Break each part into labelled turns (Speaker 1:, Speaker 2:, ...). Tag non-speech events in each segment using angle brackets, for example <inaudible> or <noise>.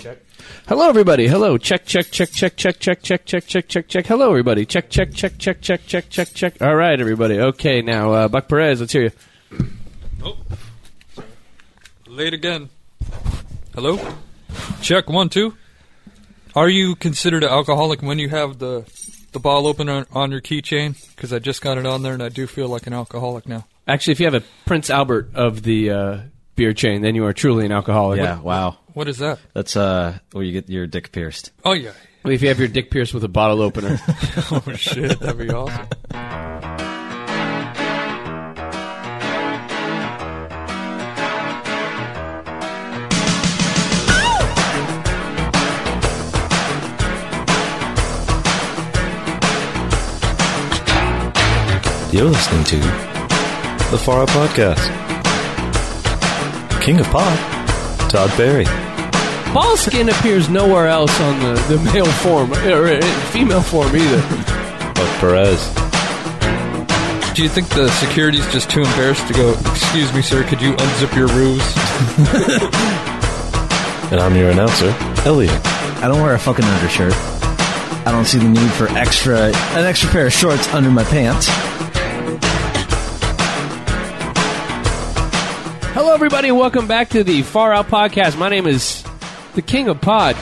Speaker 1: check.
Speaker 2: Hello, everybody. Hello. Check, check, check, check, check, check, check, check, check, check, check. Hello, everybody. Check, check, check, check, check, check, check, check. All right, everybody. Okay, now, uh, Buck Perez, let's hear you.
Speaker 3: Oh. Late again. Hello? Check one, two. Are you considered an alcoholic when you have the the ball open on, on your keychain? Because I just got it on there and I do feel like an alcoholic now.
Speaker 2: Actually, if you have a Prince Albert of the uh, beer chain, then you are truly an alcoholic.
Speaker 1: Yeah, wow.
Speaker 3: What is that?
Speaker 1: That's uh, where you get your dick pierced.
Speaker 3: Oh, yeah. <laughs>
Speaker 2: What If you have your dick pierced with a bottle opener. <laughs>
Speaker 3: Oh, shit. That'd be awesome.
Speaker 4: You're listening to the Far Out Podcast. King of Pod, Todd Berry.
Speaker 2: Ball skin appears nowhere else on the, the male form, or uh, female form either.
Speaker 4: Buck Perez.
Speaker 3: Do you think the security's just too embarrassed to go, Excuse me, sir, could you unzip your ruse?
Speaker 4: And I'm your announcer, Elliot.
Speaker 5: I don't wear a fucking undershirt. I don't see the need for extra an extra pair of shorts under my pants.
Speaker 2: Hello, everybody. Welcome back to the Far Out Podcast. My name is the King of Pod,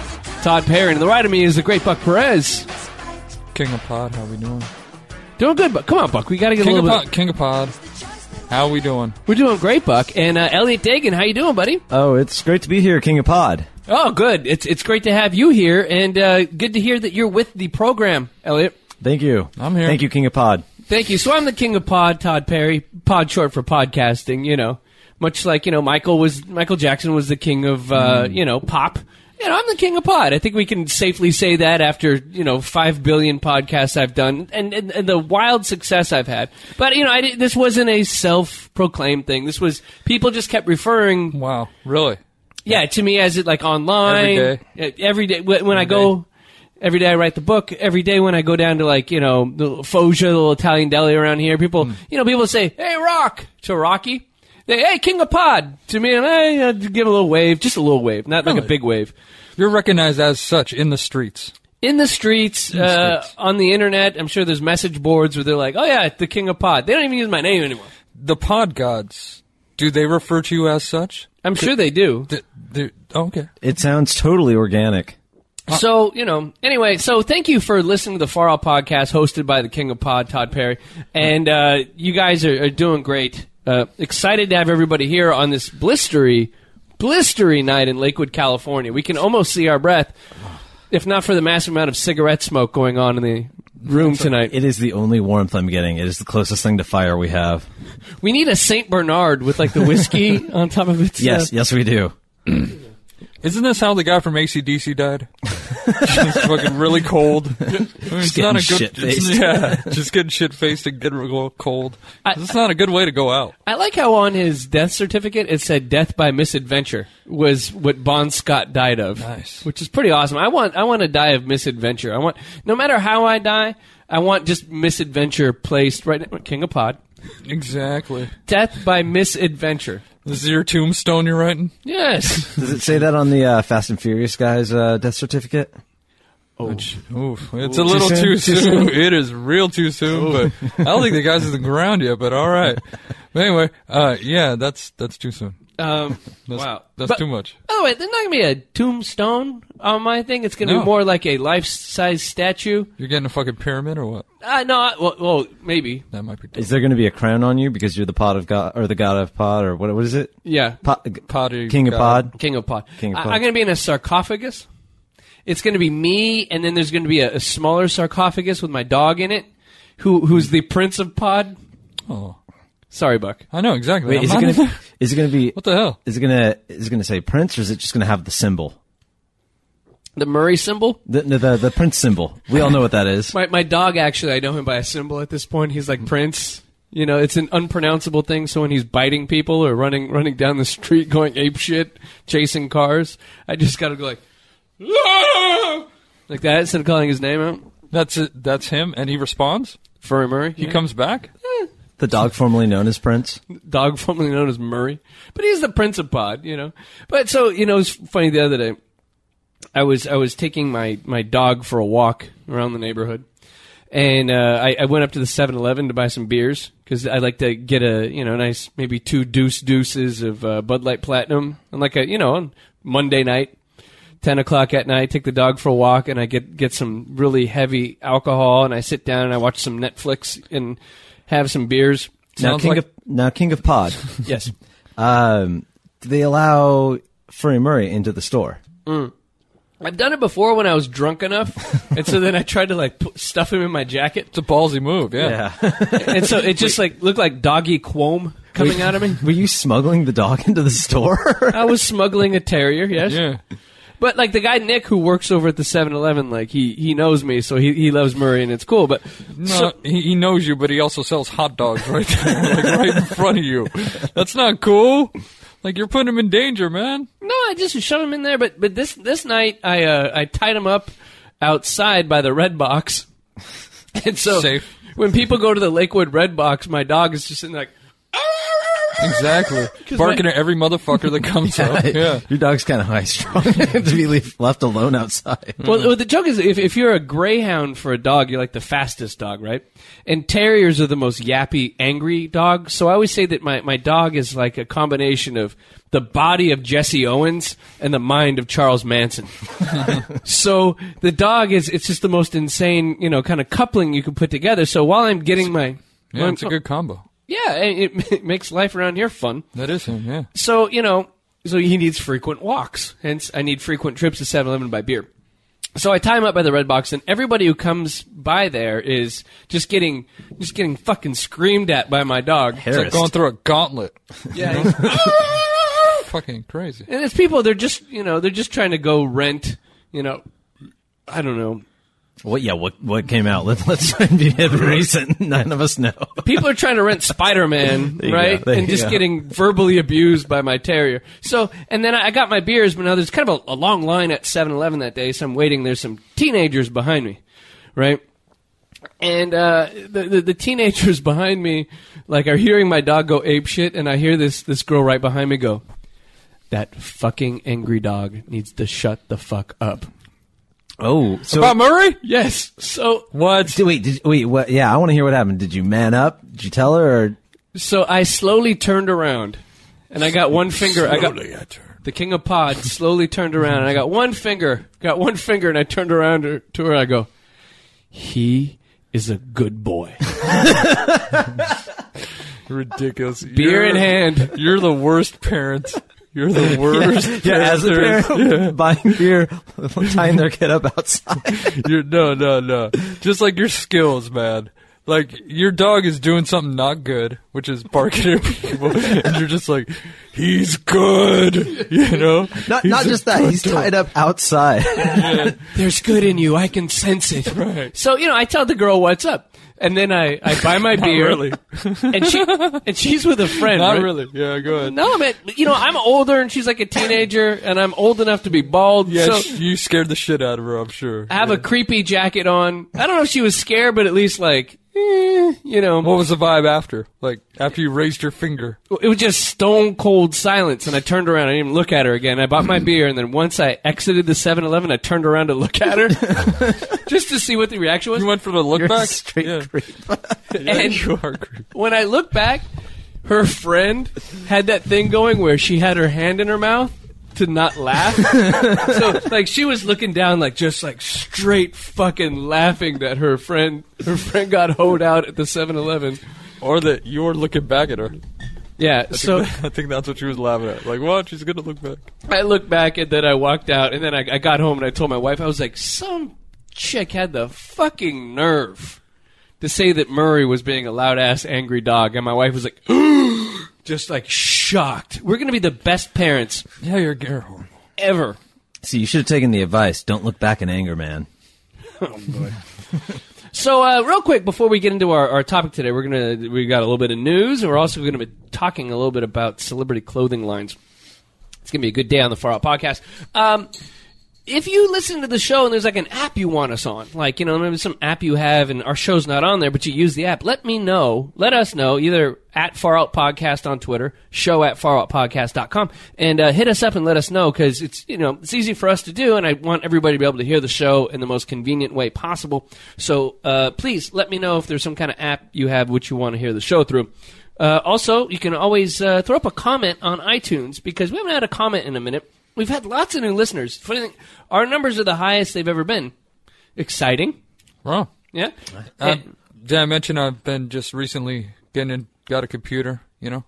Speaker 2: Todd Perry, and to the right of me is the great Buck Perez.
Speaker 3: King of Pod, how we doing?
Speaker 2: Doing good, Buck. Come on, Buck. We got to get a
Speaker 3: King of
Speaker 2: little
Speaker 3: Pod,
Speaker 2: bit.
Speaker 3: King of Pod, how we doing?
Speaker 2: We're doing great, Buck. And uh, Elliot Dagan, how you doing, buddy?
Speaker 5: Oh, it's great to be here, King of Pod.
Speaker 2: Oh, good. It's it's great to have you here, and uh, good to hear that you're with the program, Elliot.
Speaker 5: Thank you.
Speaker 3: I'm here.
Speaker 5: Thank you, King of Pod.
Speaker 2: Thank you. So I'm the king of pod, Todd Perry. Pod short for podcasting, you know. Much like, you know, Michael was Michael Jackson was the king of uh, you know, pop. You know, I'm the king of pod. I think we can safely say that after, you know, 5 billion podcasts I've done and, and, and the wild success I've had. But, you know, I, didn't- this wasn't a self-proclaimed thing. This was people just kept referring
Speaker 3: Wow, really?
Speaker 2: yeah, to me as it like online
Speaker 3: Every
Speaker 2: day. Every day when when I go, every day I write the book. Every day when I go down to like you know the little Foggia, the little Italian deli around here, people you know people say, "Hey, Rock" to Rocky. They, "Hey, King of Pod" to me, and I uh, give a little wave, just a little wave, not like a
Speaker 3: Really?
Speaker 2: big wave.
Speaker 3: You're recognized as such in the streets.
Speaker 2: In the streets, uh, on the internet, I'm sure there's message boards where they're like, "Oh yeah, the King of Pod." They don't even use my name anymore.
Speaker 3: The pod gods, do they refer to you as such?
Speaker 2: I'm sure they do.
Speaker 3: Th- they're- oh, okay.
Speaker 5: It sounds totally organic. Uh,
Speaker 2: So, you know, anyway, so thank you for listening to the Far Out Podcast hosted by the King of Pod, Todd Perry. And uh, you guys are, are doing great. Uh, excited to have everybody here on this blistery, blistery night in Lakewood, California. We can almost see our breath, if not for the massive amount of cigarette smoke going on in the room tonight.
Speaker 5: It is the only warmth I'm getting. It is the closest thing to fire we have.
Speaker 2: We need a St. Bernard with, like, the
Speaker 5: <laughs>
Speaker 2: whiskey on top of it.
Speaker 5: Yes, yes, we do.
Speaker 3: Isn't this how the guy from ACDC died? <laughs> just fucking really cold. I mean, it's
Speaker 5: getting
Speaker 3: not a good.
Speaker 5: shit-faced.
Speaker 3: <laughs> Yeah, just getting shit faced and getting real cold.
Speaker 2: I-
Speaker 3: it's not a good way to go out.
Speaker 2: I like how on his death certificate it said death by misadventure was what Bon Scott died of.
Speaker 3: Nice.
Speaker 2: Which is pretty awesome. I want I want to die of misadventure. I want no matter how I die, I want just misadventure placed right now. King of Pod.
Speaker 3: Exactly.
Speaker 2: Death by misadventure.
Speaker 3: This is your tombstone you're writing?
Speaker 2: Yes.
Speaker 5: Does it say that on the uh, Fast and Furious guy's uh, death certificate?
Speaker 3: Oof, it's a little
Speaker 5: soon?
Speaker 3: too
Speaker 5: Too
Speaker 3: soon. <laughs> It is real too soon, but I don't think the guy's in the ground yet, but all <laughs> right. But anyway, uh, yeah, that's that's too soon.
Speaker 2: <laughs> Um,
Speaker 3: <laughs> That's,
Speaker 2: wow.
Speaker 3: That's
Speaker 2: But-
Speaker 3: too much.
Speaker 2: By the way, there's not gonna be a tombstone on my thing. It's gonna be
Speaker 3: No.
Speaker 2: more like a life size statue.
Speaker 3: You're getting a fucking pyramid or what?
Speaker 2: Uh, no, I, well, well, maybe.
Speaker 3: That might be
Speaker 5: Is there going to be a crown on you because you're the pod of God or the God of Pod or what? What is it?
Speaker 2: Yeah.
Speaker 5: Pod,
Speaker 3: Potty
Speaker 5: King of
Speaker 3: God.
Speaker 5: Pod.
Speaker 2: King of Pod.
Speaker 5: King of
Speaker 2: I-
Speaker 5: Pod.
Speaker 2: I'm going to be in a sarcophagus. It's going to be me, and then there's going to be a, a smaller sarcophagus with my dog in it, who who's the Prince of Pod.
Speaker 3: Oh.
Speaker 2: Sorry, Buck.
Speaker 3: I know, exactly.
Speaker 5: Wait, is it
Speaker 3: I'm
Speaker 5: going
Speaker 3: not- <laughs>
Speaker 5: to? Is it going to be?
Speaker 3: What the hell?
Speaker 5: Is it gonna is it gonna say prince or is it just gonna have the symbol?
Speaker 2: The Murray symbol.
Speaker 5: The no, the, the prince symbol. We all know what that
Speaker 2: <laughs>
Speaker 5: is.
Speaker 2: My my dog actually, I know him by a symbol at this point. He's like Prince. You know, it's an unpronounceable thing. So when he's biting people or running running down the street, going ape shit, chasing cars, I just got to go like, "Ah!" like that instead of calling his name out.
Speaker 3: That's it. That's him, and he responds.
Speaker 2: Furry Murray.
Speaker 3: He comes back.
Speaker 5: The dog formerly known as Prince.
Speaker 2: dog <laughs> formerly known as Murray, but he's the Prince of Pod, you know. But so you know, it's funny the other day. I was I was taking my my dog for a walk around the neighborhood, and uh, I, I went up to the 7-Eleven to buy some beers because I like to get a you know nice maybe two deuce deuces of uh, Bud Light Platinum and like a you know on Monday night. 10 o'clock at night, take the dog for a walk, and I get, get some really heavy alcohol, and I sit down and I watch some Netflix and have some beers.
Speaker 5: Now
Speaker 3: Sounds
Speaker 5: King
Speaker 3: like-
Speaker 5: of now King of Pod.
Speaker 2: Yes.
Speaker 5: um, do they allow Furry Murray into the store?
Speaker 2: I've done it before when I was drunk
Speaker 3: <laughs>
Speaker 2: enough, and so then I tried to like put, stuff him in my jacket,
Speaker 3: It's a ballsy move, yeah.
Speaker 2: and so it just like looked like doggy quoam coming out of me.
Speaker 5: Were you smuggling the dog <laughs> into the store?
Speaker 2: I was smuggling a terrier, yes, <laughs>
Speaker 3: Yeah.
Speaker 2: but like the guy Nick who works over at the 7-Eleven, like he he knows me, so he he loves Murray, and it's cool. But
Speaker 3: No, he, he knows you, but he also sells hot dogs right there, <laughs> like right in front of you. That's not cool. Like you're putting him in danger, man.
Speaker 2: No, I just shoved him in there. But but this this night, I uh, I tied him up outside by the red box, <laughs> and so
Speaker 3: Safe.
Speaker 2: when people go to the Lakewood Red Box, my dog is just sitting there like.
Speaker 3: Exactly.
Speaker 2: <laughs>
Speaker 3: Barking
Speaker 2: my-
Speaker 3: at every motherfucker
Speaker 2: <laughs>
Speaker 3: that comes up. Yeah.
Speaker 5: Your dog's kind of high <laughs> strung to be leave- left alone outside.
Speaker 2: Well,
Speaker 3: Mm-hmm.
Speaker 2: well, the joke is if, if you're a greyhound for a dog, you're like the fastest dog, right? And terriers are the most yappy, angry dogs. So I always say that my, my dog is like a combination of the body of Jesse Owens and the mind of Charles Manson.
Speaker 3: <laughs>
Speaker 2: so the dog is, it's just the most insane, you know, kind of coupling you can put together. So while I'm getting my.
Speaker 3: Yeah, it's a good combo.
Speaker 2: Yeah, it, it <laughs> makes life around here fun.
Speaker 3: That is him,
Speaker 2: <laughs>
Speaker 3: yeah.
Speaker 2: So, you know, so he needs frequent walks. Hence, I need frequent trips to 7 Eleven to buy beer. So I tie him up by the red box, and everybody who comes by there is just getting just getting fucking screamed at by my dog.
Speaker 3: It's like going through a gauntlet.
Speaker 2: Yeah, he's-
Speaker 3: Fucking crazy.
Speaker 2: and it's people. They're just you know they're just trying to go rent. You know, I don't know.
Speaker 5: What? Yeah. What? What came out? Let, let's <laughs> try and be recent. <laughs> None of us know.
Speaker 2: People are trying to rent Spider Man,
Speaker 5: you
Speaker 2: right?
Speaker 5: go. There
Speaker 2: And
Speaker 5: you
Speaker 2: just
Speaker 5: go.
Speaker 2: getting verbally abused by my terrier. So, and then I I got my beers, but now there's kind of a, a long line at 7 Eleven that day, so I'm waiting. There's some teenagers behind me, right? And uh, the, the the teenagers <laughs> behind me, like, are hearing my dog go ape shit, and I hear this this girl right behind me go, "That fucking angry dog needs to shut the fuck up."
Speaker 5: Oh, so
Speaker 3: Bob Murray?
Speaker 2: Yes. So
Speaker 3: What?
Speaker 5: d- wait, did, wait, what? Yeah, I want to hear what happened. Did you man up? Did you tell her? Or
Speaker 2: so I slowly turned around, and I got one finger. I got the king of pod slowly turned around and i got one finger got one finger and i turned around to, to her i go he is a good boy
Speaker 3: Ridiculous.
Speaker 2: beer
Speaker 3: You're-
Speaker 2: in hand
Speaker 3: You're the worst parent. You're
Speaker 5: <laughs>
Speaker 3: the worst.
Speaker 5: as a parent,
Speaker 3: <laughs>
Speaker 5: buying beer, <laughs> tying their kid up
Speaker 1: <laughs>
Speaker 5: outside.
Speaker 3: You're, no, no, no. Just like your skills, man. Like your dog is doing something not good, which is barking at people, and you're just like, he's good, you know.
Speaker 5: Not,
Speaker 3: He's
Speaker 5: not
Speaker 3: a <laughs>
Speaker 5: just that.
Speaker 3: good
Speaker 5: He's
Speaker 3: dog.
Speaker 5: tied up outside.
Speaker 6: <laughs>
Speaker 2: there's good in you i can sense it
Speaker 5: <laughs>
Speaker 3: Right.
Speaker 2: so you know i tell the girl what's up and then i, I buy <laughs> my beer
Speaker 3: really.
Speaker 2: and she and she's with a friend
Speaker 3: Not
Speaker 2: right?
Speaker 3: really. Yeah, go ahead.
Speaker 2: no man you know i'm older and she's like a teenager and i'm old enough to be bald
Speaker 3: Yeah,
Speaker 2: so
Speaker 3: sh- you scared the shit out of her. I'm sure.
Speaker 2: i have a creepy jacket on i don't know if she was scared but at least like eh, you know
Speaker 3: What was the vibe after? Like after you raised your finger?
Speaker 2: it was just stone cold silence and i turned around i didn't even look at her again i bought my beer and then once i exited the 7-eleven i turned around to look at her <laughs> just to see what the reaction was
Speaker 3: You went for the look
Speaker 5: You're a
Speaker 3: back.
Speaker 5: straight
Speaker 3: yeah.
Speaker 5: creep.
Speaker 2: and
Speaker 3: <laughs> you are creepy.
Speaker 2: when i looked back her friend had that thing going where she had her hand in her mouth to not laugh so like she was looking down like just like straight fucking laughing that her friend her friend got hoed out at the 7-eleven
Speaker 3: Or that you were looking back at her.
Speaker 2: yeah so
Speaker 3: <laughs> I think that's what she was laughing at. Like, what? She's gonna look back.
Speaker 2: I looked back and then I walked out and then I, I got home and I told my wife I was like, some chick had the fucking nerve to say that Murray was being a loud ass angry dog, and my wife was like, <gasps> just like shocked. We're gonna be the best parents
Speaker 3: Yeah, you're Gerhorn.
Speaker 2: ever.
Speaker 5: See, you should have taken the advice. Don't look back in anger, man.
Speaker 2: So, uh, real quick before we get into our, our topic today, we're gonna we got a little bit of news, and we're also gonna be talking a little bit about celebrity clothing lines. It's gonna be a good day on the Far Out Podcast. Um, if you listen to the show and there's like an app you want us on, like you know maybe some app you have and our show's not on there, but you use the app, let me know. Let us know either at Far Out Podcast on Twitter, show at faroutpodcast.com, and uh, hit us up and let us know because it's you know it's easy for us to do, and I want everybody to be able to hear the show in the most convenient way possible. So uh, please let me know if there's some kind of app you have which you want to hear the show through. Uh, also, you can always uh, throw up a comment on iTunes because we haven't had a comment in a minute. We've had lots of new listeners. Funny thing, our numbers are the highest they've ever been. Exciting,
Speaker 3: Wow.
Speaker 2: yeah.
Speaker 3: Uh,
Speaker 2: And-
Speaker 3: did I mention I've been just recently getting in, got a computer? You know,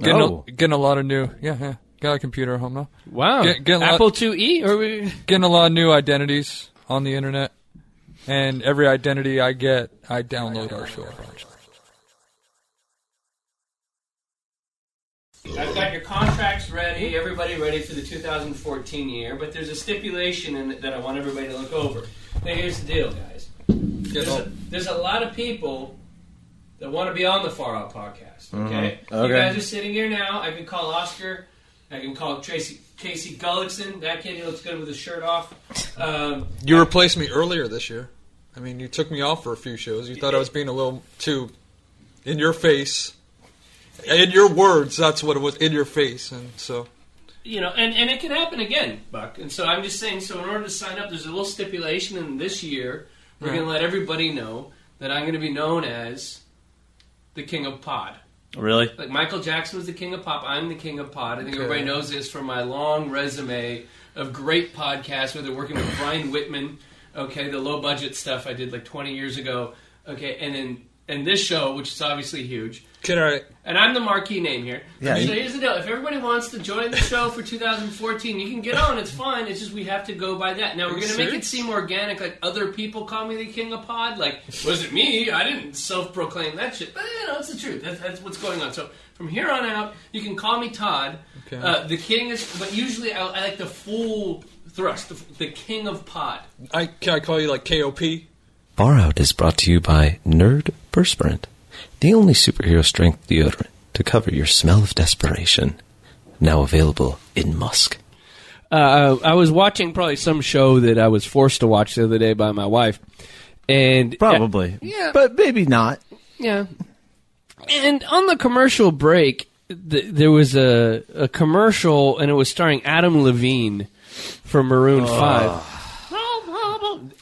Speaker 3: getting,
Speaker 1: Oh.
Speaker 3: a, getting a lot of new. Yeah, yeah. Got a computer at home now.
Speaker 2: wow,
Speaker 3: get- get a lot-
Speaker 2: Apple IIe or we,
Speaker 3: Getting a lot of new identities on the internet, and every identity I get, I download our show.
Speaker 2: I've got your contracts ready, everybody ready for the 2014 year, but there's a stipulation in it that I want everybody to look over. Now, here's the deal, guys. There's a, there's a lot of people that want to be on the Far Out podcast,
Speaker 3: Mm-hmm.
Speaker 2: okay?
Speaker 1: Okay.
Speaker 2: You guys are sitting here now. I can call Oscar. I can call Tracy, Casey Gullickson. That kid who looks good with his shirt off. Um,
Speaker 3: You replaced me earlier this year. I mean, you took me off for a few shows. You thought I was being a little too in your face. In your words, that's what it was. In your face, and so
Speaker 2: you know, and, and it can happen again, Buck. And so I'm just saying, so in order to sign up, there's a little stipulation, and this year we're
Speaker 3: Right.
Speaker 2: going to let everybody know that I'm going to be known as the King of Pod.
Speaker 1: Really?
Speaker 2: Like Michael Jackson was the King of Pop, I'm the King of Pod. I think
Speaker 3: Okay.
Speaker 2: everybody knows this from my long resume of great podcasts, whether working with Brian Whitman, okay, the low budget stuff I did like 20 years ago, okay, and then and this show, which is obviously huge.
Speaker 3: can I?
Speaker 2: And I'm the marquee name here.
Speaker 5: Yeah,
Speaker 2: so
Speaker 5: you-
Speaker 2: here's the deal. If everybody wants to join the show for 2014, you can get on. It's fine. It's just we have to go by that. Now, we're
Speaker 3: you
Speaker 2: going to make it
Speaker 3: serious?
Speaker 2: seem organic. Like, other people call me the king of pod. Like, was it me? I didn't self proclaim that shit. But, you know, it's the truth. That's, that's what's going on. So, from here on out, you can call me Todd.
Speaker 3: Okay.
Speaker 2: Uh, the king is, but usually I, I like the full thrust, the, the king of pod.
Speaker 3: I can I call you like KOP?
Speaker 6: Far Out is brought to you by Nerd Perspirant, the only superhero strength deodorant to cover your smell of desperation. Now available in Musk.
Speaker 2: uh, I was watching probably some show that I was forced to watch the other day by my wife, and
Speaker 1: Probably.
Speaker 2: yeah, but
Speaker 5: But maybe not.
Speaker 2: yeah. And on the commercial break, th- there was a, a commercial, and it was starring Adam Levine from Maroon Five.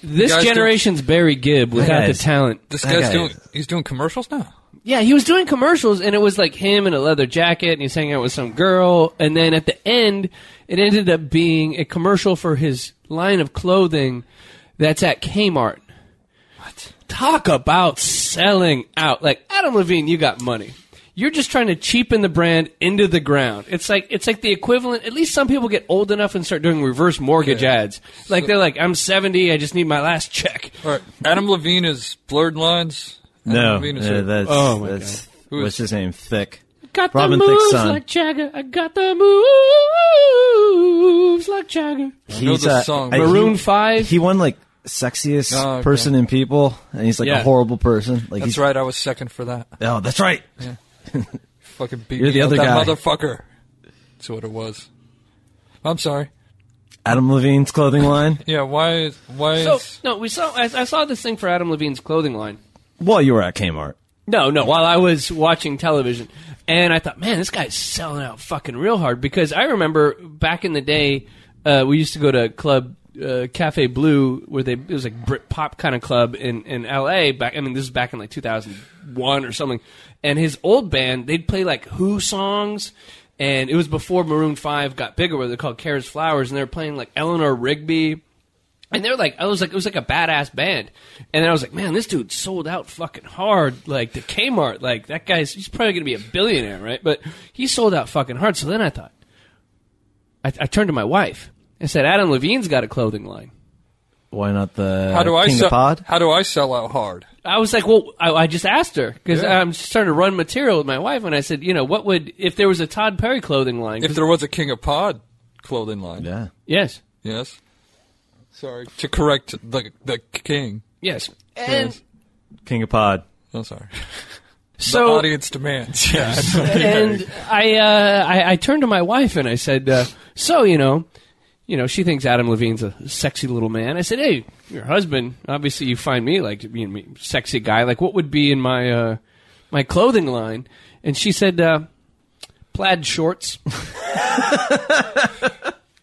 Speaker 2: This
Speaker 3: Guys,
Speaker 2: generation's Barry Gibb without the
Speaker 1: Guys.
Speaker 2: talent.
Speaker 3: This
Speaker 1: That
Speaker 3: guy's
Speaker 1: guy-
Speaker 3: doing. He's doing commercials now.
Speaker 2: Yeah, he was doing commercials, and it was like him in a leather jacket, and he's hanging out with some girl. And then at the end, it ended up being a commercial for his line of clothing that's at Kmart. What? Talk about selling out! Like Adam Levine, you got money. You're just trying to cheapen the brand into the ground. It's like it's like the equivalent. At least some people get old enough and start doing reverse mortgage
Speaker 3: Yeah.
Speaker 2: ads. Like they're like, I'm 70, I just need my last check.
Speaker 3: All right, Adam Levine is blurred lines. Adam
Speaker 1: No.
Speaker 3: Levine is
Speaker 1: uh,
Speaker 3: who?
Speaker 1: that's,
Speaker 2: Oh, my
Speaker 1: that's
Speaker 3: Who is-
Speaker 1: what's his name? Thick.
Speaker 2: Got
Speaker 1: Robin
Speaker 2: the
Speaker 1: Thicke's
Speaker 2: moves
Speaker 1: son.
Speaker 2: like Jagger. I got the moves like Jagger.
Speaker 3: know
Speaker 1: He's,
Speaker 3: this
Speaker 1: uh,
Speaker 3: song.
Speaker 1: I- he-
Speaker 2: Maroon Five.
Speaker 1: He won like sexiest
Speaker 3: Oh, okay.
Speaker 1: person in people, and he's like
Speaker 2: Yeah.
Speaker 1: a horrible person. Like
Speaker 3: that's
Speaker 1: he's,
Speaker 3: right. I was second for that.
Speaker 1: Oh, that's right.
Speaker 3: Fucking beat
Speaker 1: You're
Speaker 3: me
Speaker 1: the
Speaker 3: up,
Speaker 1: other
Speaker 3: that
Speaker 1: guy.
Speaker 3: motherfucker. That's what it was. I'm sorry.
Speaker 1: Adam Levine's clothing line.
Speaker 3: <laughs> Yeah. Why? is- Why? Is,
Speaker 2: so no, we saw. I, I saw this thing for Adam Levine's clothing line.
Speaker 1: well, you were at Kmart.
Speaker 2: No, no. While I was watching television, and I thought, man, this guy's selling out fucking real hard because I remember back in the day, uh, we used to go to club uh, Cafe Blue where they it was like Brit pop kind of club in in L.A. Back, I mean, this is back in like 2001 or something. And his old band, they'd play like Who songs. And it was before Maroon Five got bigger, where they're called Carrots Flowers, and they were playing like Eleanor Rigby, and they're like, I was like, it was like a badass band, and I was like, man, this dude sold out fucking hard, like the Kmart, like that guy's, he's probably gonna be a billionaire, right? But he sold out fucking hard. So then I thought, I, I turned to my wife and said, Adam Levine's got a clothing line.
Speaker 1: Why not the
Speaker 3: how do I
Speaker 1: Uh, King
Speaker 3: sell?
Speaker 1: of Pod?
Speaker 3: How do I sell out hard?
Speaker 2: I was like, well, I, I just asked her because
Speaker 3: Yeah.
Speaker 2: I'm just trying to run material with my wife, and I said, you know, what would if there was a Todd Perry clothing line?
Speaker 3: If there was a King of Pod clothing line,
Speaker 1: Yeah.
Speaker 2: yes,
Speaker 3: yes. Sorry to correct the the king.
Speaker 2: yes, and
Speaker 1: King of Pod.
Speaker 3: I'm sorry.
Speaker 2: so
Speaker 3: the audience demands. <laughs> Yeah.
Speaker 2: and I, uh, I I turned to my wife and I said, uh, "So you know, you know, she thinks Adam Levine's a sexy little man. I said, hey, your husband, obviously you find me like you know, me, sexy guy. Like, what would be in my uh, my clothing line? And she said, uh, plaid shorts.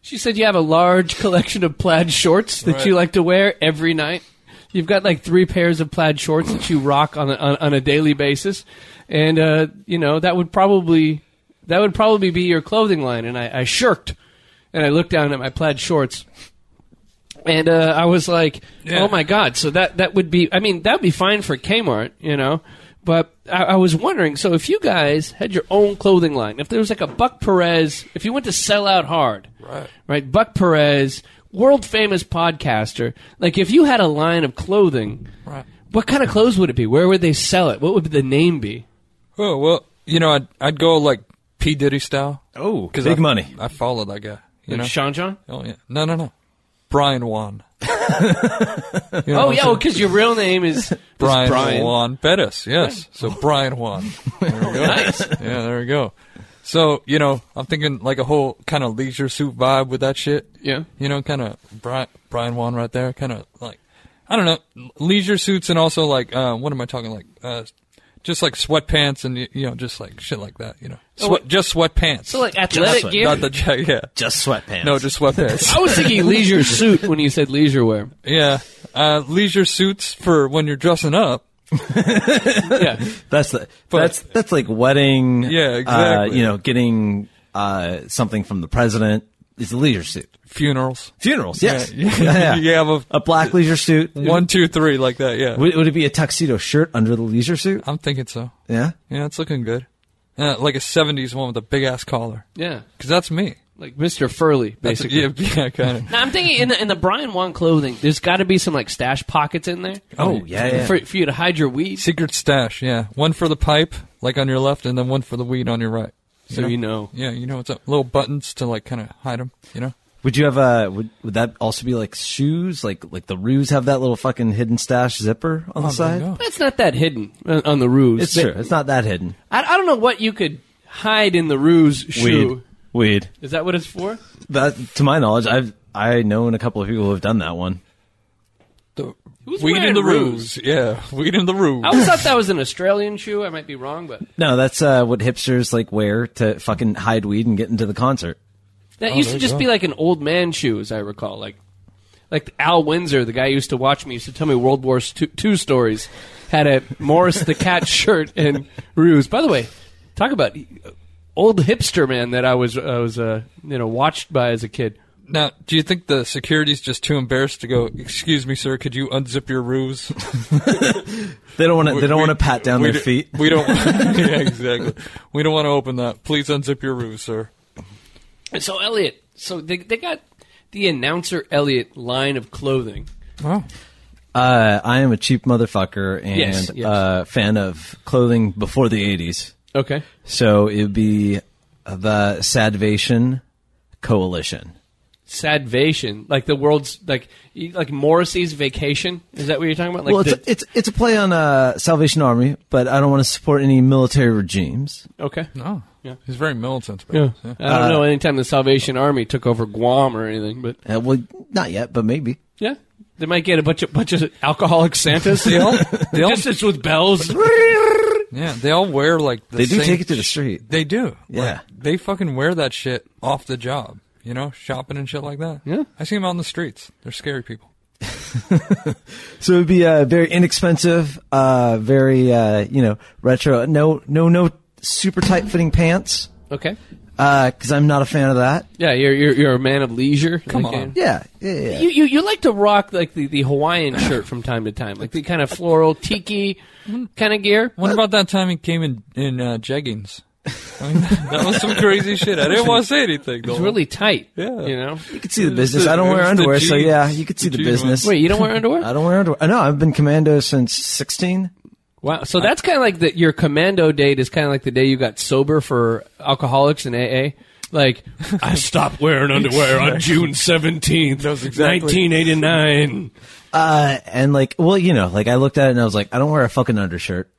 Speaker 2: she said you have a large collection of plaid shorts that you like to wear every night. You've got like three pairs of plaid shorts that you rock on a, on, on a daily basis, and uh, you know that would probably that would probably be your clothing line. And I, I shirked, and I looked down at my plaid shorts, and uh, I was like,
Speaker 3: Yeah.
Speaker 2: "Oh my god!" So that that would be. I mean, that'd be fine for Kmart, you know. But I, I was wondering. So if you guys had your own clothing line, if there was like a Buck Perez, if you went to sell out hard,
Speaker 3: Right.
Speaker 2: right? Buck Perez, world famous podcaster. Like, if you had a line of clothing,
Speaker 3: Right.
Speaker 2: what kind of clothes would it be? Where would they sell it? What would the name be?
Speaker 3: Oh well, you know, I'd I'd go like P Diddy style.
Speaker 1: Oh,
Speaker 3: 'Cause
Speaker 1: big
Speaker 3: I-
Speaker 1: money.
Speaker 3: I follow that guy. You know.
Speaker 2: Sean John?
Speaker 3: oh yeah. No, no, no.
Speaker 2: <laughs>
Speaker 3: Brian Juan. You know what
Speaker 2: Oh
Speaker 3: I'm
Speaker 2: yeah,
Speaker 3: saying?
Speaker 2: because your real name
Speaker 3: <laughs>
Speaker 2: is
Speaker 3: Brian,
Speaker 2: Brian.
Speaker 3: Juan Pettis. Yes. So Brian
Speaker 2: <laughs>
Speaker 3: Juan. There we go. Yeah, there we go. So, you know, I'm thinking like a whole kind of leisure suit vibe with that shit.
Speaker 2: Yeah.
Speaker 3: You know, kind of Brian, Brian Juan right there. Kind of like, I don't know, leisure suits and also like, uh, what am I talking like? Uh, just like sweatpants and, y- you know, just like shit like that, you know. Sweat, just sweatpants.
Speaker 2: Oh, So like athletic
Speaker 1: Just-
Speaker 2: gear.
Speaker 3: Not the, ja- yeah.
Speaker 1: Just sweatpants.
Speaker 3: No, just sweatpants.
Speaker 2: I was thinking leisure suit when you said leisure wear.
Speaker 3: <laughs> yeah. Uh, leisure suits for when you're dressing up.
Speaker 2: Yeah.
Speaker 1: That's the, that's that's like wedding.
Speaker 3: Yeah,
Speaker 1: uh,
Speaker 3: exactly.
Speaker 1: you know, getting uh, something from the president. It's a leisure suit.
Speaker 3: Funerals.
Speaker 1: Funerals, yes.
Speaker 3: Yeah,
Speaker 1: <laughs>
Speaker 3: <laughs> yeah. You have a-
Speaker 1: black leisure suit.
Speaker 3: One, two, three, like that, yeah.
Speaker 1: Would, would it be a tuxedo shirt under the leisure suit?
Speaker 3: I'm thinking so.
Speaker 1: Yeah.
Speaker 3: Yeah, it's looking good. Yeah, like a '70s one with a big ass collar.
Speaker 2: Yeah.
Speaker 3: Cause that's me.
Speaker 2: Like Mr. Furley,
Speaker 3: That's
Speaker 2: basically.
Speaker 3: <laughs> yeah, yeah, kind
Speaker 2: <laughs>
Speaker 3: of.
Speaker 2: Now I'm thinking in the in the Brian Wan clothing, there's got to be some like stash pockets in there
Speaker 1: Oh yeah. yeah.
Speaker 2: for, for you to hide your weed,
Speaker 3: Secret stash. Yeah, one for the pipe, like on your left, and then one for the weed on your right.
Speaker 2: so you know.
Speaker 3: Yeah, you know what's up. Little buttons to like kind of hide them. You know.
Speaker 1: would you have a? Would, would that also be like shoes? Like like the ruse have that little fucking hidden stash zipper on the
Speaker 3: Oh, There you
Speaker 1: side.
Speaker 3: go.
Speaker 2: That's not that hidden uh, on the ruse.
Speaker 1: It's
Speaker 2: They-
Speaker 1: true. It's not that hidden.
Speaker 2: I, I don't know what you could hide in the ruse shoe.
Speaker 1: Weed.
Speaker 2: Is that what it's for?
Speaker 1: That to my knowledge, I've I known a couple of people who have done that one.
Speaker 3: The
Speaker 2: Who's
Speaker 3: weed
Speaker 2: wearing
Speaker 3: in the
Speaker 2: ruse?
Speaker 3: ruse. Yeah, weed in the ruse.
Speaker 2: I always thought that was an Australian shoe. I might be wrong, but
Speaker 1: No, that's uh, what hipsters like wear to fucking hide weed and get into the concert.
Speaker 2: that used to
Speaker 3: Oh, there you
Speaker 2: just
Speaker 3: go.
Speaker 2: be like an old man shoe, as I recall. Like, like Al Windsor, the guy who used to watch me, used to tell me World War II, II stories. Had a Morris the
Speaker 3: <laughs>
Speaker 2: Cat shirt and ruse. By the way, talk about old hipster man that I was I was uh, you know watched by as a kid.
Speaker 3: Now, do you think the security's just too embarrassed to go? Excuse me, sir. Could you unzip your ruse?
Speaker 1: They don't want to. They don't
Speaker 3: We-
Speaker 1: want to pat down
Speaker 3: we
Speaker 1: their
Speaker 3: d-
Speaker 1: feet.
Speaker 3: We
Speaker 1: <laughs>
Speaker 3: don't. <laughs> yeah, exactly. We don't want to open that. Please unzip your ruse, sir.
Speaker 2: And so Elliot, so they they got the announcer Elliot line of clothing.
Speaker 3: Oh,
Speaker 1: Uh, I am a cheap motherfucker and
Speaker 2: Yes, yes.
Speaker 1: Uh, fan of clothing before the '80s.
Speaker 2: Okay.
Speaker 1: So it'd be the Sadvation Coalition.
Speaker 2: Sadvation, like the world's like you- like Morrissey's Vacation. Is that what you're talking about? Like
Speaker 1: well, it's,
Speaker 2: the,
Speaker 1: a, it's it's a play on uh, Salvation Army, but I don't want to support any military regimes.
Speaker 2: okay.
Speaker 3: no.
Speaker 2: Yeah.
Speaker 3: He's very militant. but-
Speaker 2: Yeah. I don't
Speaker 3: Uh,
Speaker 2: know. Anytime the Salvation Army took over Guam or anything, but
Speaker 1: Uh, well, not yet, but maybe.
Speaker 2: yeah, they might get a bunch of bunch of alcoholic Santas. <laughs>
Speaker 3: They all, they all,
Speaker 2: Just it's with bells.
Speaker 3: yeah, they all wear like the
Speaker 1: They do
Speaker 3: same
Speaker 1: take it to the
Speaker 3: sh-
Speaker 1: street.
Speaker 3: They do.
Speaker 1: Yeah.
Speaker 3: Like, they fucking wear that shit off the job. You know, shopping and shit like that.
Speaker 2: Yeah.
Speaker 3: I see them out in the streets. They're scary people.
Speaker 1: So it'd be uh, very inexpensive, uh, very uh, you know retro. No, no, no super tight fitting pants
Speaker 2: okay.
Speaker 1: because I'm not a fan of that.
Speaker 2: Yeah, you're you're, you're a man of leisure. Come
Speaker 3: on.
Speaker 1: Yeah, yeah, yeah.
Speaker 2: You, you you like to rock like the, the Hawaiian shirt from time to time, like the kind of floral tiki kind of gear.
Speaker 3: What about that time he came in in uh, jeggings? I mean, <laughs> that was some crazy shit. I didn't want to say anything.
Speaker 2: It's
Speaker 3: though.
Speaker 2: really tight.
Speaker 3: Yeah.
Speaker 2: You know.
Speaker 1: you could see the business. I don't
Speaker 3: It was
Speaker 1: wear
Speaker 3: the
Speaker 1: underwear, so
Speaker 3: jeans.
Speaker 1: yeah, you could see
Speaker 3: The
Speaker 1: the,
Speaker 3: jeans
Speaker 1: business.
Speaker 2: Wait, you don't wear underwear?
Speaker 1: I don't wear underwear. No, I've been commando since 16.
Speaker 2: Wow. So that's kind of like the, your commando date is kind of like the day you got sober for alcoholics and AA. Like, <laughs> I stopped wearing underwear on June 17th,
Speaker 3: That's exactly-
Speaker 2: 1989.
Speaker 1: Uh, and like, well, you know, like I looked at it and I was like, I don't wear a fucking undershirt.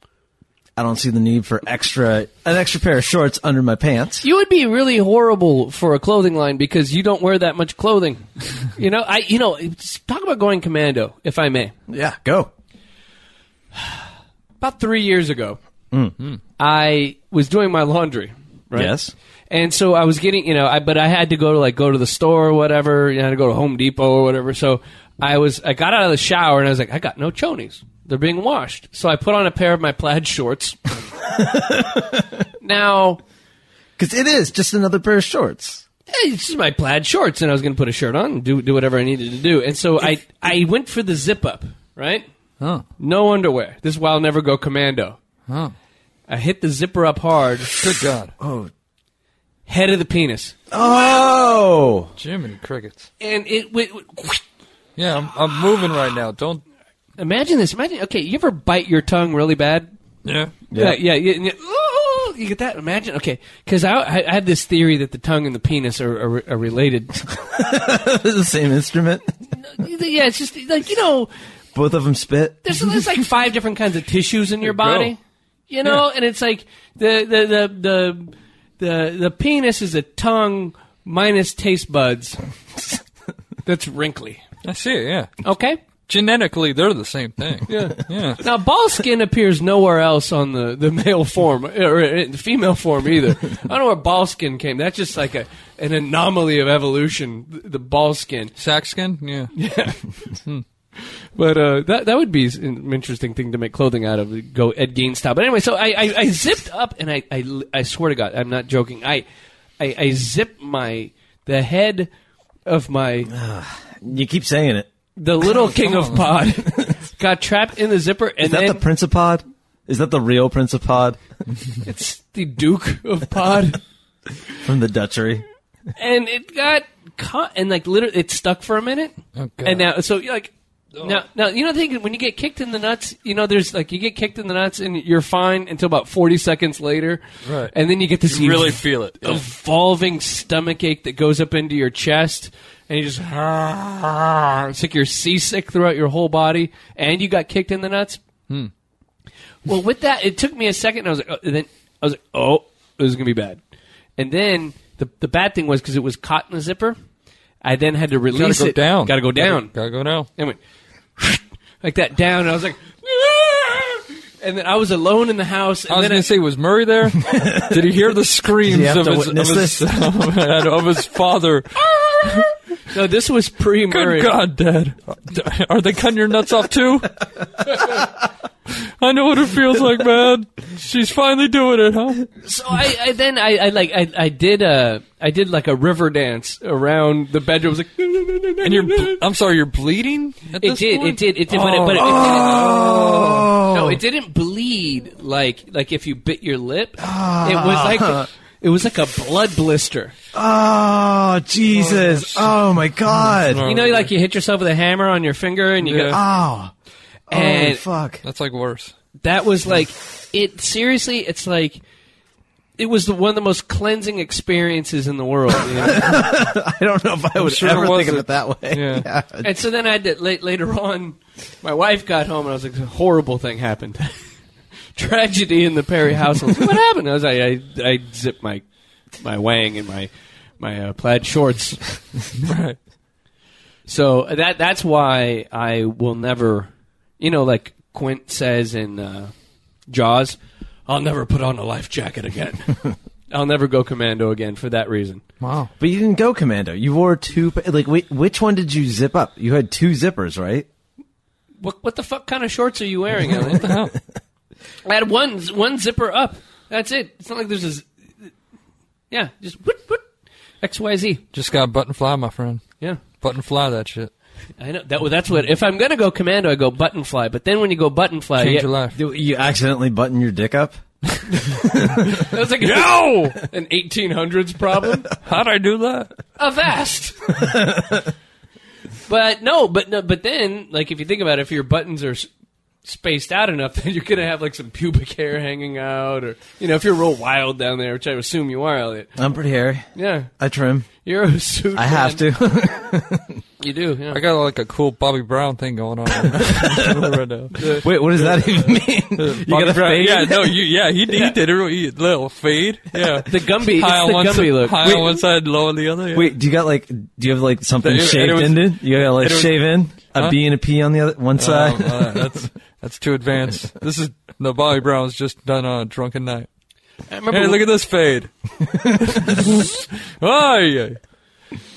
Speaker 1: I don't see the need for extra an extra pair of shorts under my pants.
Speaker 2: You would be really horrible for a clothing line because you don't wear that much <laughs> clothing. you know, I you know, it's- talk about going commando, if I may.
Speaker 1: Yeah, go.
Speaker 2: About three years ago, I was doing my laundry. Right?
Speaker 1: Yes.
Speaker 2: And so I was getting, you know, I but I had to go to like go to the store or whatever. You know, I had to go to Home Depot or whatever. So I was, I got out of the shower and I was like, I got no chonies. They're being washed. So I put on a pair of my plaid shorts. now,
Speaker 1: Because it is just another pair of shorts.
Speaker 2: hey, this is my plaid shorts, and I was going to put a shirt on and do do whatever I needed to do. And so I I went for the zip up, right?
Speaker 3: Huh.
Speaker 2: No underwear. This is why I'll never go commando.
Speaker 3: Huh.
Speaker 2: I hit the zipper up hard,
Speaker 3: Good God.
Speaker 2: head of the penis,
Speaker 1: Oh, <laughs>
Speaker 3: Jiminy crickets.
Speaker 2: and it. Went,
Speaker 3: Yeah, I'm, I'm moving right now. Don't.
Speaker 2: imagine this. Imagine. Okay, you ever bite your tongue really bad?
Speaker 3: Yeah.
Speaker 2: Yeah, yeah. yeah, yeah. Ooh, you get that? Imagine. Okay, because I, I I had this theory that the tongue and the penis are are, are related. <laughs>
Speaker 1: the same instrument.
Speaker 2: yeah, it's just like you know.
Speaker 1: Both of them spit.
Speaker 2: there's, there's like five different kinds of tissues in your body,
Speaker 3: go.
Speaker 2: you know, and it's like the the the the the, the penis is a tongue minus taste buds. That's wrinkly.
Speaker 3: I see it, yeah.
Speaker 2: Okay.
Speaker 3: Genetically, they're the same thing. Yeah. Yeah.
Speaker 2: Now, ball skin appears nowhere else on the, the male form or in the female form either. I don't know where ball skin came. That's just like a an anomaly of evolution. The, the ball skin.
Speaker 3: Sack skin? Yeah.
Speaker 2: But uh, that that would be s- an interesting thing to make clothing out of. Go Ed Gein style. But anyway, so I, I, I zipped up and I, I I swear to God, I'm not joking. I I, I zipped my the head of my
Speaker 1: You keep saying it.
Speaker 2: the
Speaker 1: <laughs>
Speaker 2: little king of pod <laughs> got trapped in the zipper and
Speaker 1: Is that
Speaker 2: then
Speaker 1: the Prince of Pod? Is that the real Prince of Pod
Speaker 2: it's the Duke of
Speaker 1: <laughs>
Speaker 2: Pod
Speaker 1: from the Dutchery?
Speaker 2: and it got caught and like literally it stuck for a minute
Speaker 3: Oh, God.
Speaker 2: and now so you're like.
Speaker 3: Oh.
Speaker 2: Now, now, you know, the thing is, when you get kicked in the nuts, you know, there's like you get kicked in the nuts and you're fine until about 40 seconds later.
Speaker 3: Right.
Speaker 2: And then you get this <laughs>
Speaker 3: You really feel it. Yeah.
Speaker 2: evolving stomach ache that goes up into your chest and you just it's like you're seasick throughout your whole body and you got kicked in the nuts
Speaker 3: Hmm.
Speaker 2: well with that it took me a second and i was like oh, and then i was like oh this is going to be bad and then the, the bad thing was because it was caught in the zipper i then had to
Speaker 3: Gotta
Speaker 2: release
Speaker 3: go
Speaker 2: it
Speaker 3: down.
Speaker 2: gotta go down
Speaker 3: Gotta, go down.
Speaker 2: and went <laughs> like that down and i was like <laughs> and then i was alone in the house and
Speaker 3: I was
Speaker 2: then
Speaker 3: gonna say, was Murray <laughs> there? Did he hear the screams
Speaker 1: have
Speaker 3: of
Speaker 1: to
Speaker 3: his, <laughs> of
Speaker 1: witness
Speaker 3: his,
Speaker 1: this?
Speaker 3: of his father?
Speaker 2: no this was pre
Speaker 3: <laughs> Good
Speaker 2: marriage
Speaker 3: God, Dad! Are they cutting your nuts off too? <laughs> I know what it feels like, man. She's finally doing it, huh?
Speaker 2: So I, I then I, I like I, I did uh I did like a river dance around the bedroom. I was like,
Speaker 3: And
Speaker 2: and
Speaker 3: you're, ble- <laughs> I'm sorry, you're bleeding. At
Speaker 2: It
Speaker 3: this
Speaker 2: did,
Speaker 3: point? Oh.
Speaker 2: it did, it did, but it, but it, it
Speaker 1: Oh.
Speaker 2: didn't. No, it didn't bleed like like if you bit your lip. It was like it was like a blood blister.
Speaker 1: Oh Jesus! Oh my God!
Speaker 2: You know, like you hit yourself with a hammer on your finger, and you go,
Speaker 3: Yeah.
Speaker 1: Oh, holy
Speaker 2: and
Speaker 1: fuck!
Speaker 3: That's like worse.
Speaker 2: that was like it. Seriously, it's like. It was the, one of the most cleansing experiences in the world. You know?
Speaker 1: I don't know if I would
Speaker 3: sure it
Speaker 1: ever think of
Speaker 3: wasn't.
Speaker 1: it that way.
Speaker 3: Yeah.
Speaker 1: <laughs>
Speaker 2: And so then I had to, late, later on, my wife got home and I was like, a horrible thing happened. <laughs> Tragedy in the Perry household. what happened? I was like, I, I zipped my, my wang and my, my uh, plaid shorts. <laughs>
Speaker 3: Right.
Speaker 2: So that, that's why I will never, you know, like Quint says in uh, Jaws, I'll never put on a life jacket again. I'll never go commando again for that reason.
Speaker 3: Wow.
Speaker 1: But you didn't go commando. You wore two. pa- Like, wait, which one did you zip up? You had two zippers, right?
Speaker 2: What what the fuck kind of shorts are you wearing, Elliot? What the hell? I had one one zipper up. That's it. It's not like there's a z- yeah, just whoop, whoop. X Y Z.
Speaker 3: Just got button fly, my friend.
Speaker 2: Yeah,
Speaker 3: Button fly that shit.
Speaker 2: I know that. well, That's what. If I'm gonna go commando, I go button fly. But then when you go button fly,
Speaker 3: Change
Speaker 2: yeah,
Speaker 3: your life.
Speaker 1: You- You accidentally button your dick up.
Speaker 2: that was like no an 1800s problem.
Speaker 3: How'd I do that?
Speaker 2: A vest. but no, but no, but then like if you think about it, if your buttons are s- spaced out enough <laughs> that you're gonna have like some pubic hair hanging out, or you know, if you're real wild down there, which I assume you are, Elliot.
Speaker 1: I'm pretty hairy.
Speaker 2: Yeah,
Speaker 1: I trim.
Speaker 2: you're a suit.
Speaker 1: I have
Speaker 2: man.
Speaker 3: <laughs>
Speaker 1: to. <laughs>
Speaker 2: You do. Yeah.
Speaker 3: I got like a cool Bobby Brown thing going on <laughs> right now. Yeah.
Speaker 1: Wait, what does that
Speaker 3: <laughs>
Speaker 1: even mean? You
Speaker 3: Bobby
Speaker 1: got a
Speaker 3: Brown-
Speaker 1: fade?
Speaker 3: Yeah, no, you, yeah, he, he did a real- he- little fade. <laughs> Yeah,
Speaker 2: The Gumby,
Speaker 3: high
Speaker 2: it's
Speaker 3: on
Speaker 2: the
Speaker 3: one
Speaker 2: Gumby
Speaker 3: si-
Speaker 2: look.
Speaker 3: high
Speaker 2: Wait,
Speaker 3: on one side, low on the other. yeah.
Speaker 1: Wait, do you got like? Do you have like something
Speaker 3: It- it
Speaker 1: shaved
Speaker 3: was-
Speaker 1: ended? You got like
Speaker 3: it was-
Speaker 1: shave in a B
Speaker 3: Huh?
Speaker 1: and a P on the other one
Speaker 3: <laughs> Oh,
Speaker 1: side.
Speaker 3: uh, that's that's too advanced. This is the Bobby Brown's just done on a drunken night.
Speaker 2: I remember
Speaker 3: Hey, look at this <laughs> fade. oh,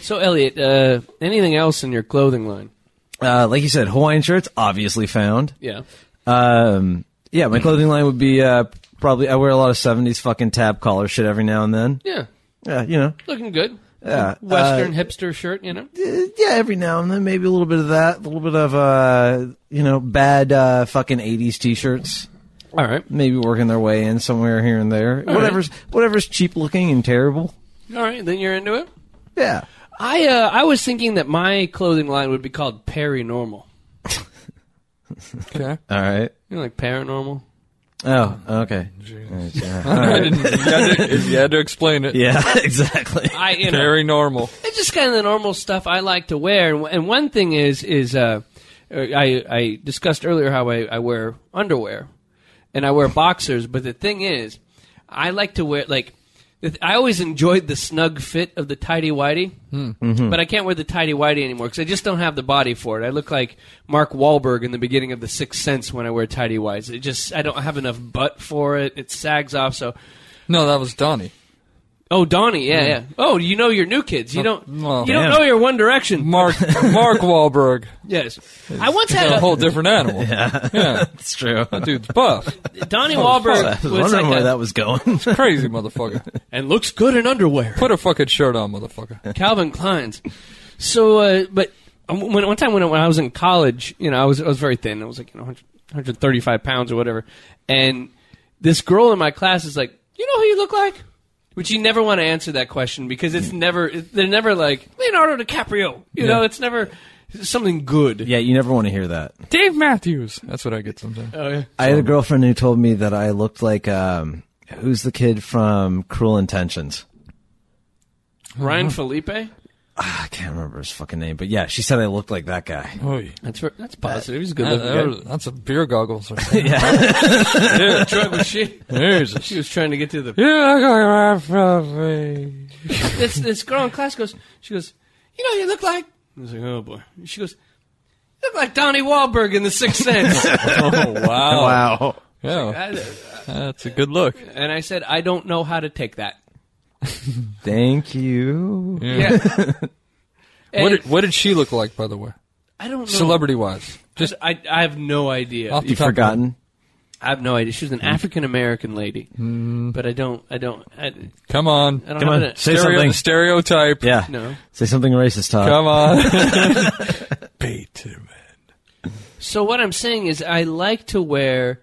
Speaker 2: So, Elliot, uh, anything else in your clothing line?
Speaker 1: <laughs> Uh, like you said, Hawaiian shirts obviously found.
Speaker 2: Yeah.
Speaker 1: Um, yeah, my clothing line would be uh, probably I wear a lot of '70s fucking tab collar shit every now and then.
Speaker 2: Yeah.
Speaker 1: Yeah, you know,
Speaker 2: Looking good.
Speaker 1: yeah,
Speaker 2: Western hipster shirt, you know?
Speaker 1: Uh, yeah, every now and then, maybe a little bit of that, a little bit of uh, you know, bad uh, fucking '80s t-shirts.
Speaker 2: All right.
Speaker 1: Maybe working their way in somewhere here and there.
Speaker 2: right.
Speaker 1: whatever's whatever's cheap looking and terrible.
Speaker 2: All right. Then you're into it?
Speaker 1: Yeah.
Speaker 2: I, uh, I was thinking that my clothing line would be called Paranormal.
Speaker 3: Okay.
Speaker 1: All right.
Speaker 2: You know, like paranormal?
Speaker 1: Oh, okay.
Speaker 3: I didn't, you, <laughs> had to, you had to explain it.
Speaker 1: Yeah, <laughs> exactly.
Speaker 2: I,
Speaker 3: <laughs>
Speaker 2: you know.
Speaker 3: Very normal.
Speaker 2: It's just kind of the normal stuff I like to wear. And, and one thing is is uh, I I discussed earlier how I, I wear underwear and I wear boxers, but the thing is, I like to wear like the th- I always enjoyed the snug fit of the tidy whitey,
Speaker 3: Mm-hmm.
Speaker 2: but I can't wear the tidy whitey anymore because I just don't have the body for it. I look like Mark Wahlberg in the beginning of The Sixth Sense when I wear tidy whities. It just I don't have enough butt for it. It sags off. So
Speaker 3: No, that was Donnie.
Speaker 2: oh, Donnie, yeah, yeah. Oh, you know your new kids. You don't
Speaker 3: Hmm. well,
Speaker 2: you don't
Speaker 1: yeah.
Speaker 2: know your One Direction.
Speaker 3: Mark
Speaker 1: <laughs>
Speaker 3: Mark Wahlberg.
Speaker 2: Yes. I once had
Speaker 3: A
Speaker 2: a,
Speaker 3: whole different animal. Yeah.
Speaker 1: That's <laughs> true. I
Speaker 3: Dude's buff.
Speaker 2: Donnie Wahlberg
Speaker 1: was
Speaker 2: was
Speaker 1: wondering
Speaker 2: like
Speaker 1: where
Speaker 2: a-
Speaker 1: that was going. <laughs>
Speaker 3: Crazy motherfucker.
Speaker 2: and looks good in underwear.
Speaker 3: Put a fucking shirt on, motherfucker.
Speaker 2: Calvin Klein's. So, uh, but um, when, one time when, I- when I was in college, you know, I was I was very thin. I was like you know 100, 135 pounds or whatever. And this girl in my class is like, "You know who you look like?" Which you never want to answer that question because it's never it- they're never like Leonardo DiCaprio. You know, it's never something good.
Speaker 1: yeah, you never want to hear that.
Speaker 3: Dave Matthews. That's what I get sometimes.
Speaker 2: Oh, yeah.
Speaker 1: I had a girlfriend who told me that I looked like um who's the kid from Cruel Intentions?
Speaker 2: Ryan Felipe.
Speaker 1: I can't remember his fucking name, but yeah, she said I looked like that guy.
Speaker 3: Oy.
Speaker 2: That's that's positive. He's a good
Speaker 3: That-
Speaker 2: looking.
Speaker 3: that
Speaker 2: guy.
Speaker 3: was- that's a beer goggles. <laughs> Right
Speaker 2: Yeah, <laughs> drug was she.
Speaker 3: there. Jesus.
Speaker 2: She was trying to get to the.
Speaker 3: You look like my property.
Speaker 2: <laughs> This this girl in class goes. She goes. You know, what you look like. I was like, oh boy. She goes. You look like Donnie Wahlberg in The Sixth Sense.
Speaker 3: <laughs> Oh, wow.
Speaker 2: <laughs>
Speaker 3: Yeah,
Speaker 1: Wow.
Speaker 2: I-
Speaker 3: that's a good look.
Speaker 2: and I said, I don't know how to take that.
Speaker 1: Thank you.
Speaker 2: <laughs> Yeah. And
Speaker 3: What did, what did she look like, by the way?
Speaker 2: I don't know.
Speaker 3: Celebrity wise.
Speaker 2: Just I I have no idea.
Speaker 3: Off the Mm-hmm.
Speaker 1: You've
Speaker 3: top of-
Speaker 1: forgotten.
Speaker 2: I have no idea. She was an African American lady,
Speaker 3: Mm-hmm.
Speaker 2: but I don't I don't I, I
Speaker 3: Come on.
Speaker 2: don't have
Speaker 1: Come on,
Speaker 2: it.
Speaker 1: say
Speaker 3: Stereo-
Speaker 1: something.
Speaker 3: Stereotype.
Speaker 1: Yeah.
Speaker 2: No.
Speaker 1: Say something racist, Todd.
Speaker 3: Come
Speaker 1: <laughs>
Speaker 3: on. Bait him.
Speaker 2: So what I'm saying is, I like to wear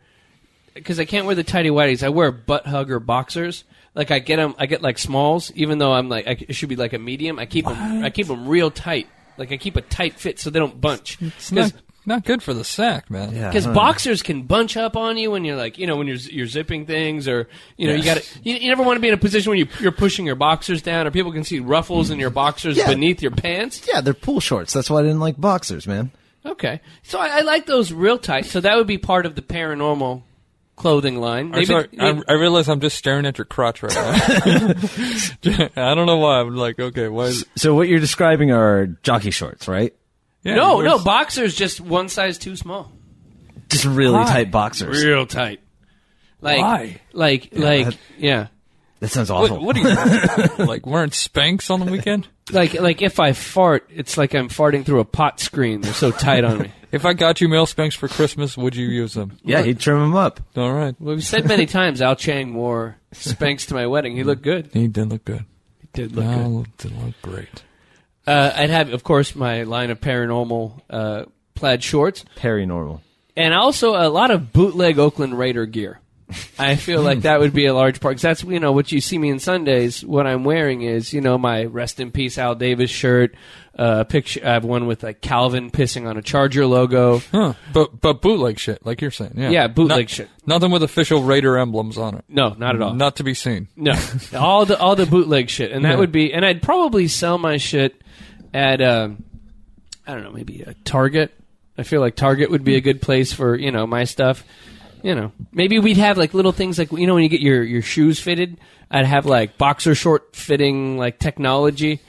Speaker 2: because I can't wear the tidy whities. I wear butt hugger boxers. Like I get them, I get like smalls, even though I'm like I, it should be like a medium. I keep them, I keep 'em real tight. Like I keep a tight fit so they don't bunch.
Speaker 3: It's not, not good for the sack, man.
Speaker 1: Yeah,
Speaker 2: Because
Speaker 1: huh.
Speaker 2: boxers can bunch up on you when you're like, you know, when you're you're zipping things, or you know, you got to you, you never want to be in a position where you, you're pushing your boxers down, or people can see ruffles in your boxers
Speaker 1: Yeah.
Speaker 2: beneath your pants.
Speaker 1: Yeah, they're pool shorts. That's why I didn't like boxers, man.
Speaker 2: Okay, so I, I like those real tight. So that would be part of the paranormal clothing line.
Speaker 3: I'm
Speaker 2: Maybe,
Speaker 3: sorry,
Speaker 2: maybe-
Speaker 3: I, I realize I'm just staring at your crotch right now. <laughs> I don't know why. I'm like, okay, why is
Speaker 1: So what you're describing are jockey shorts, right?
Speaker 3: yeah,
Speaker 2: no,
Speaker 3: where's-
Speaker 2: no, boxers just one size too small,
Speaker 1: Just really
Speaker 3: Why?
Speaker 1: tight boxers.
Speaker 2: real tight. Like,
Speaker 3: Why?
Speaker 2: like, like,
Speaker 1: that-
Speaker 2: yeah,
Speaker 1: That sounds
Speaker 3: What,
Speaker 1: awful.
Speaker 3: what are you like wearing Spanx on the weekend?
Speaker 2: <laughs> like, like. If I fart, it's like I'm farting through a pot screen. They're so tight on
Speaker 3: <laughs>
Speaker 2: me.
Speaker 3: <laughs> If I got you male Spanx for Christmas, would you use them?
Speaker 1: yeah, he'd trim them up.
Speaker 3: All right.
Speaker 2: Well, we've said many times Al Chang wore Spanx to my wedding. He looked good.
Speaker 3: He did look good.
Speaker 2: He did
Speaker 3: No, did look great.
Speaker 2: Uh, I'd have, of course, my line of paranormal uh, plaid shorts,
Speaker 1: Paranormal.
Speaker 2: and also a lot of bootleg Oakland Raider gear. I feel like that would be a large part because that's you know what you see me in Sundays. What I'm wearing is you know my rest in peace Al Davis shirt. Uh, picture I have one with like Calvin pissing on a Charger logo.
Speaker 3: Huh. But but bootleg shit, like you're saying. Yeah,
Speaker 2: Yeah, bootleg
Speaker 3: Not-
Speaker 2: shit. Oh.
Speaker 3: Nothing with official Raider emblems on it.
Speaker 2: No, not at all.
Speaker 3: Not to be seen.
Speaker 2: No, all the all the bootleg shit, and that
Speaker 3: Yeah.
Speaker 2: would be, and I'd probably sell my shit at, um, I don't know, maybe a Target. I feel like Target would be a good place for you know my stuff. You know, maybe we'd have like little things like you know when you get your your shoes fitted, I'd have like boxer short fitting like technology.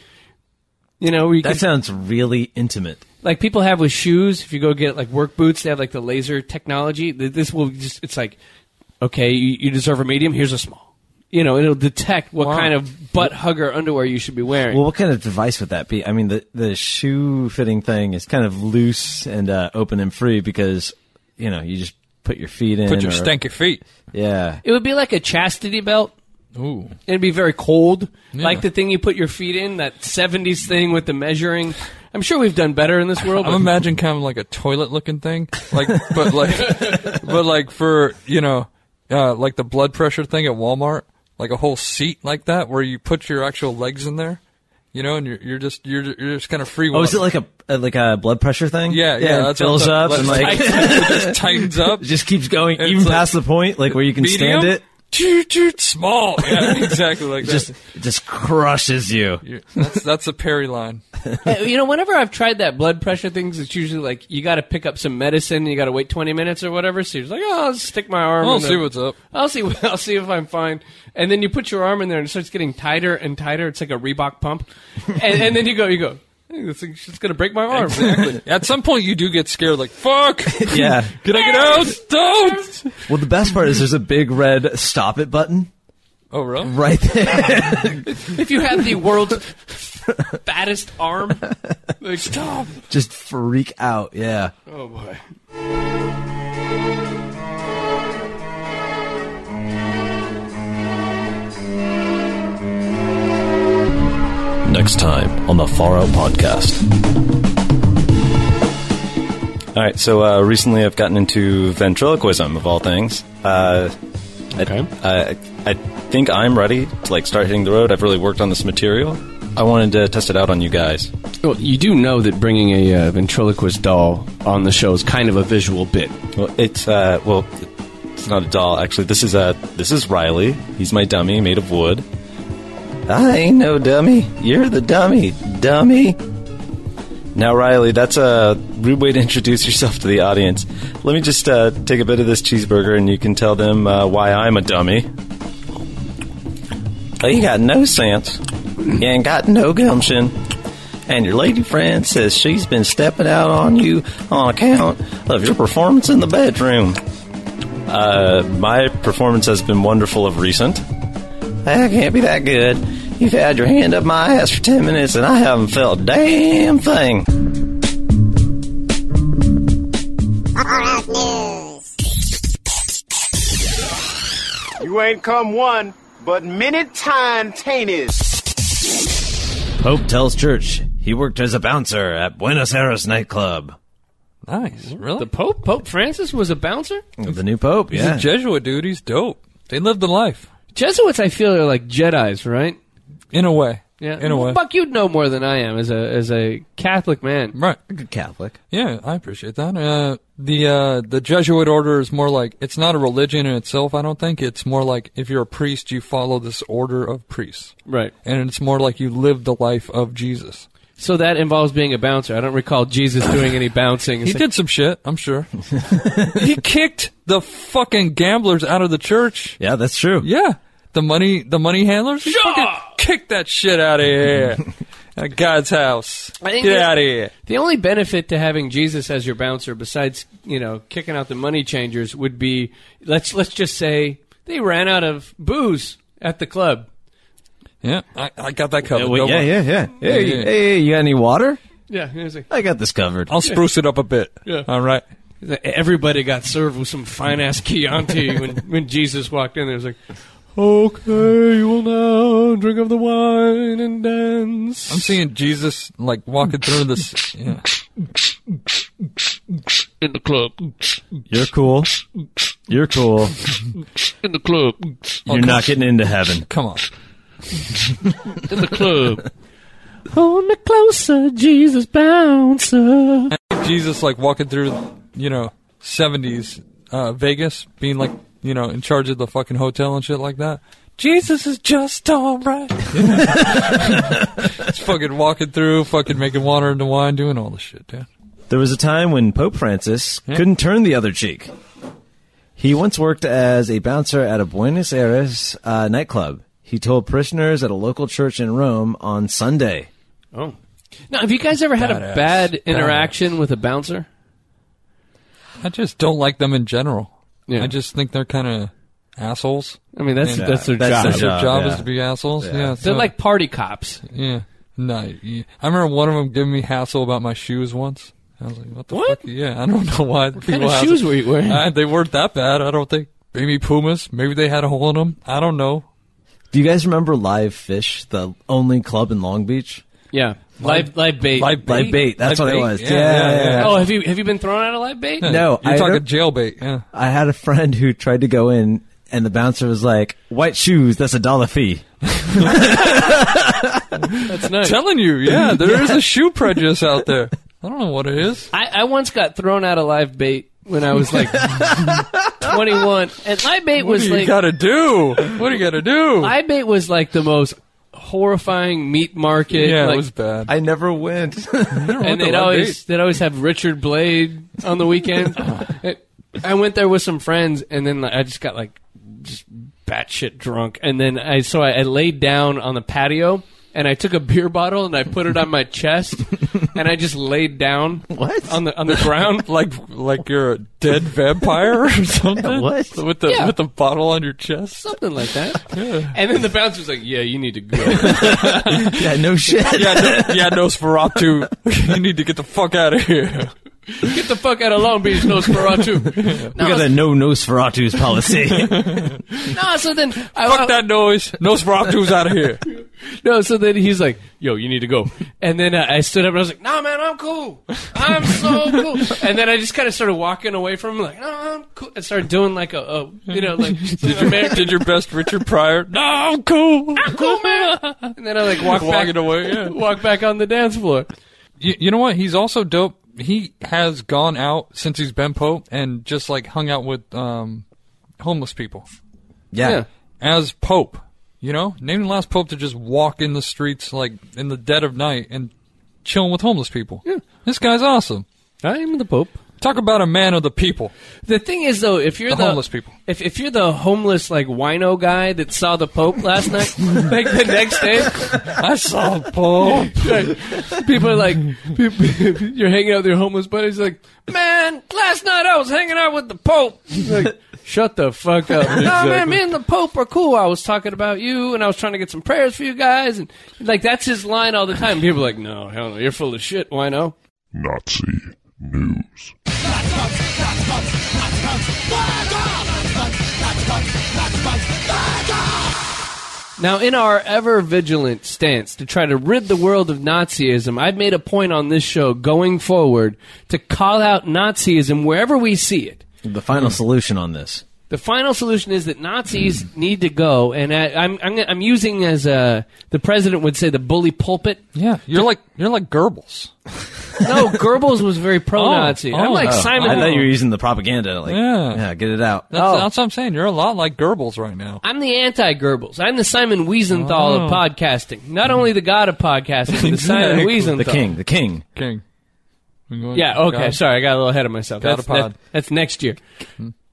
Speaker 2: You know, where you
Speaker 1: That
Speaker 2: can,
Speaker 1: sounds really intimate.
Speaker 2: like people have with shoes. If you go get like work boots, they have like the laser technology. Th- This will just it's like, okay, you, you deserve a medium. Here's a small. You know, it'll detect what
Speaker 3: Wow.
Speaker 2: kind of butt hugger underwear you should be wearing.
Speaker 1: Well, what kind of device would that be? I mean, the the shoe fitting thing is kind of loose and uh, open and free because you know you just put your feet in.
Speaker 3: Put your
Speaker 1: or-
Speaker 3: stanky feet.
Speaker 1: Yeah.
Speaker 2: it would be like a chastity belt.
Speaker 3: Ooh.
Speaker 2: It'd be very cold,
Speaker 3: Yeah.
Speaker 2: like the thing you put your feet in. That '70s thing with the measuring. I'm sure we've done better in this world.
Speaker 3: I'm
Speaker 2: But
Speaker 3: imagining kind of like a toilet looking thing, like but like but like for you know uh, like the blood pressure thing at Walmart, like a whole seat like that where you put your actual legs in there, you know, and you're you're just you're you're just kind of free.
Speaker 1: Oh, is it like a uh, like a blood pressure thing?
Speaker 3: yeah yeah,
Speaker 1: it
Speaker 3: that's what
Speaker 1: fills
Speaker 3: I'm
Speaker 1: up
Speaker 3: talking-
Speaker 1: and like
Speaker 3: it just tightens up.
Speaker 1: it <laughs> just keeps going
Speaker 3: It's
Speaker 1: even
Speaker 3: like-
Speaker 1: past the point like where you can stand it.
Speaker 3: it. Small, yeah, exactly like that.
Speaker 1: Just it just crushes you.
Speaker 3: You- that's that's a Perry line.
Speaker 2: Hey, <laughs> you know, whenever I've tried that blood pressure thing, it's usually like you got to pick up some medicine. You got to wait 20 minutes or whatever. So you're just like, oh, I'll just stick my arm.
Speaker 3: I'll
Speaker 2: in the-
Speaker 3: see what's up.
Speaker 2: I'll see. <laughs> I'll see if I'm fine. And then you put your arm in there, and it starts getting tighter and tighter. It's like a Reebok pump.
Speaker 3: <laughs>
Speaker 2: And, and then you go, you go. Hey, this thing's just gonna break my arm.
Speaker 3: Exactly. At some point, you do get scared, like "fuck."
Speaker 1: Yeah.
Speaker 3: Can I get out? Don't.
Speaker 1: Well, the best part is there's a big red stop it button
Speaker 3: Oh, really?
Speaker 1: right there.
Speaker 2: <laughs>
Speaker 1: <laughs>
Speaker 2: If you have the world's
Speaker 3: <laughs>
Speaker 2: fattest arm, like, stop.
Speaker 1: just freak out. Yeah.
Speaker 2: Oh boy.
Speaker 6: Next time on the Far Out Podcast. All right, so uh, recently I've gotten into ventriloquism of all things. Uh,
Speaker 2: Okay.
Speaker 6: I, I think I'm ready to like start hitting the road. I've really worked on this material. I wanted to test it out on you guys.
Speaker 2: Well, you do know that bringing a uh, ventriloquist doll on the show is kind of a visual bit.
Speaker 6: Well, it's uh, well, it's not a doll actually. This is uh, this is Riley. He's my dummy made of wood. I ain't no dummy. You're the dummy, dummy. Now, Riley, that's a rude way to introduce yourself to the audience. Let me just uh, take a bit of this cheeseburger, and you can tell them uh, why I'm a dummy. Oh, you got no sense. You ain't got no gumption. And your lady friend says she's been stepping out on you on account of your performance in the bedroom. Uh, my performance has been wonderful of recent. That can't be that good. You've had your hand up my ass for 10 minutes and I haven't felt a damn thing.
Speaker 7: You ain't come one, but many time tainted.
Speaker 1: Pope tells church he worked as a bouncer at Buenos Aires nightclub.
Speaker 3: Nice. Really?
Speaker 2: The Pope, Pope Francis, was a bouncer.
Speaker 1: The new pope.
Speaker 3: He's
Speaker 1: Yeah.
Speaker 3: a Jesuit dude. He's dope. They lived the life
Speaker 2: Jesuits, I feel, are like Jedi's, right?
Speaker 3: in a way. In a way.
Speaker 2: Fuck, you'd know more than I am as a as a Catholic man.
Speaker 3: Right.
Speaker 1: good Catholic.
Speaker 3: Yeah, I appreciate that. Uh, the uh, the Jesuit order is more like it's not a religion in itself. I don't think it's more like if you're a priest, you follow this order of priests,
Speaker 2: Right.
Speaker 3: and it's more like you live the life of Jesus.
Speaker 2: So that involves being a bouncer. I don't recall Jesus doing any bouncing.
Speaker 3: He
Speaker 2: It's like-
Speaker 3: did some shit,
Speaker 2: <laughs>
Speaker 3: I'm sure. he kicked the fucking gamblers out of the church.
Speaker 1: Yeah, that's true.
Speaker 3: Yeah. The money the money handlers? He fucking kicked that shit out of here.
Speaker 2: <laughs>
Speaker 3: At God's house.
Speaker 2: I think
Speaker 3: Get
Speaker 2: that-
Speaker 3: out of here.
Speaker 2: The only benefit to having Jesus as your bouncer, besides you know kicking out the money changers, would be let's let's just say they ran out of booze at the club.
Speaker 3: Yeah, I, I got that covered.
Speaker 1: Yeah, wait,
Speaker 3: Don't
Speaker 1: yeah,
Speaker 3: worry.
Speaker 1: yeah, yeah. Hey,
Speaker 3: Yeah, yeah.
Speaker 1: hey, you got any water?
Speaker 2: Yeah, it was like-
Speaker 1: I got this covered.
Speaker 3: I'll spruce it up a bit.
Speaker 2: Yeah.
Speaker 3: All right.
Speaker 2: everybody got served with some fine ass Chianti <laughs> when when Jesus walked in. There was like. Okay, you will now drink of the wine and dance.
Speaker 3: I'm seeing Jesus like walking through this. Yeah.
Speaker 8: in the club.
Speaker 5: You're cool. You're cool.
Speaker 8: In the club.
Speaker 5: You're not getting into heaven.
Speaker 3: Come on.
Speaker 8: In the club.
Speaker 2: On the closer, Jesus bouncer.
Speaker 3: Jesus, like walking through, you know, 70s uh, Vegas, being like, you know, in charge of the fucking hotel and shit like that. Jesus is just alright. Just fucking walking through, fucking making water into wine, doing all this shit, dude.
Speaker 1: There was a time when Pope Francis
Speaker 3: Yeah.
Speaker 1: couldn't turn the other cheek. He once worked as a bouncer at a Buenos Aires uh, nightclub. He told prisoners at a local church in Rome on Sunday.
Speaker 2: Oh. Now, have you guys ever had a
Speaker 3: Badass.
Speaker 2: bad interaction with a bouncer?
Speaker 3: I just don't like them in general.
Speaker 2: Yeah.
Speaker 3: I just think they're kind of assholes.
Speaker 2: I mean, that's that's their
Speaker 1: that's
Speaker 2: job.
Speaker 1: their
Speaker 3: That's their
Speaker 1: job,
Speaker 3: job
Speaker 1: yeah.
Speaker 3: is to be assholes. Yeah,
Speaker 2: They're
Speaker 3: so-
Speaker 2: like party cops.
Speaker 3: yeah. No, yeah. I remember one of them giving me hassle about my shoes once. I was like, what the
Speaker 2: What?
Speaker 3: fuck? Yeah, I don't know why what
Speaker 2: kind of shoes were you wearing?
Speaker 3: Uh, they weren't that bad, I don't think. Maybe Pumas. Maybe they had a hole in them. I don't know.
Speaker 1: Do you guys remember Live Fish, the only club in Long Beach?
Speaker 2: yeah, live live bait.
Speaker 3: Live bait.
Speaker 1: Live bait. That's
Speaker 3: Live
Speaker 1: what it
Speaker 3: bait?
Speaker 1: was.
Speaker 3: Yeah,
Speaker 1: Yeah, yeah,
Speaker 3: yeah, yeah.
Speaker 1: yeah.
Speaker 2: Oh, have you have you been thrown out of live bait?
Speaker 1: No,
Speaker 3: you're
Speaker 1: I
Speaker 3: talking
Speaker 1: don't-
Speaker 3: jailbait. Yeah,
Speaker 1: I had a friend who tried to go in, and the bouncer was like, "White shoes. That's a dollar fee."
Speaker 2: That's nice.
Speaker 3: telling you.
Speaker 1: <laughs>
Speaker 3: Yeah, there is a shoe prejudice out there. I don't know what it is.
Speaker 2: I, I once got thrown out of live bait when I was like 21, and live bait
Speaker 3: What do
Speaker 2: was
Speaker 3: you
Speaker 2: like
Speaker 3: gotta do? What do you gotta do?
Speaker 2: live bait was like the most horrifying meat market.
Speaker 3: yeah,
Speaker 2: like,
Speaker 3: it was bad.
Speaker 1: I never went.
Speaker 3: Oh,
Speaker 2: and they'd always they'd always have Richard Blade on the
Speaker 3: <laughs>
Speaker 2: weekend.
Speaker 3: Oh.
Speaker 2: It- I went there with some friends, and then like, I just got like just batshit drunk, and then I so I, I laid down on the patio. And I took a beer bottle and I put it on my chest,
Speaker 3: <laughs>
Speaker 2: and I just laid down
Speaker 1: What?
Speaker 2: on the on the
Speaker 3: <laughs>
Speaker 2: ground.
Speaker 3: like like you're a dead vampire
Speaker 1: <laughs>
Speaker 3: or something.
Speaker 1: What?
Speaker 3: with the
Speaker 2: Yeah.
Speaker 3: with the bottle on your chest?
Speaker 2: something like that. And then the bouncer's like, "Yeah, you need to go."
Speaker 1: <laughs> yeah, no <laughs> shit.
Speaker 3: Yeah, no, yeah, Nosferatu. you need to get the fuck out of here.
Speaker 2: Get the fuck out of Long Beach,
Speaker 3: <laughs>
Speaker 2: Nosferatu.
Speaker 1: We
Speaker 2: no,
Speaker 1: got a no Nosferatu's <laughs> policy.
Speaker 2: no, so then I,
Speaker 3: Fuck that noise. Nosferatu's out of here.
Speaker 2: No, so then he's like, "Yo, you need to go." And then uh, I stood up and I was like, "Nah, man, I'm cool. I'm so <laughs> cool." And then I just kind of started walking away from him, like, "No, I'm cool." I started doing like a, a you know, <laughs> like did your man,
Speaker 3: Did your best Richard Pryor. No, I'm cool.
Speaker 2: cool <laughs> man? And then I like walked
Speaker 3: Walking
Speaker 2: back,
Speaker 3: away, yeah.
Speaker 2: walk back on the dance floor.
Speaker 3: You, you know what? He's also dope. He has gone out since he's been Pope and just like hung out with um, homeless people
Speaker 2: Yeah.
Speaker 1: yeah.
Speaker 3: as Pope. You know, name the last Pope to just walk in the streets like in the dead of night and chilling with homeless people. Yeah. This guy's awesome.
Speaker 2: I am the Pope.
Speaker 3: Talk about a man of the people.
Speaker 2: The thing is, though, if you're the,
Speaker 3: The homeless people.
Speaker 2: if if you're the homeless like wino guy that saw the Pope last night, <laughs> like the next day,
Speaker 3: I saw <laughs> Pope.
Speaker 2: like, people are like, people, <laughs> you're hanging out with your homeless buddies, like, man, last night I was hanging out with the Pope. Like, shut the fuck up. No, man, me and the Pope are cool. I was talking about you, and I was trying to get some prayers for you guys, and like that's his line all the time. People are like, no, hell no, you're full of shit, wino.
Speaker 9: Nazi news.
Speaker 2: Now, in our ever vigilant stance to try to rid the world of Nazism, I've made a point on this show going forward to call out Nazism wherever we see it.
Speaker 1: The final solution on this.
Speaker 2: The final solution is that Nazis need to go, and I, I'm, I'm gonna- I'm using as uh the president would say the bully pulpit.
Speaker 3: Yeah, you're like you're like Goebbels.
Speaker 2: No, Goebbels was very pro-Nazi.
Speaker 3: Oh,
Speaker 2: I'm
Speaker 3: oh.
Speaker 2: like
Speaker 3: Oh,
Speaker 2: Simon.
Speaker 1: I thought you were using the propaganda. Like,
Speaker 3: Yeah.
Speaker 1: yeah, get it out.
Speaker 2: Oh.
Speaker 3: That's, that's what I'm saying. You're a lot like Goebbels right now.
Speaker 2: I'm the anti-Goebbels. I'm the Simon Wiesenthal of podcasting. Not only the god of
Speaker 1: <laughs>
Speaker 2: podcasting, the Simon Wiesenthal.
Speaker 1: the Oh, king, the king.
Speaker 3: King.
Speaker 2: Yeah, okay, sorry, I got a little ahead of myself.
Speaker 3: God
Speaker 2: that's,
Speaker 3: of pod.
Speaker 2: that- that's next year.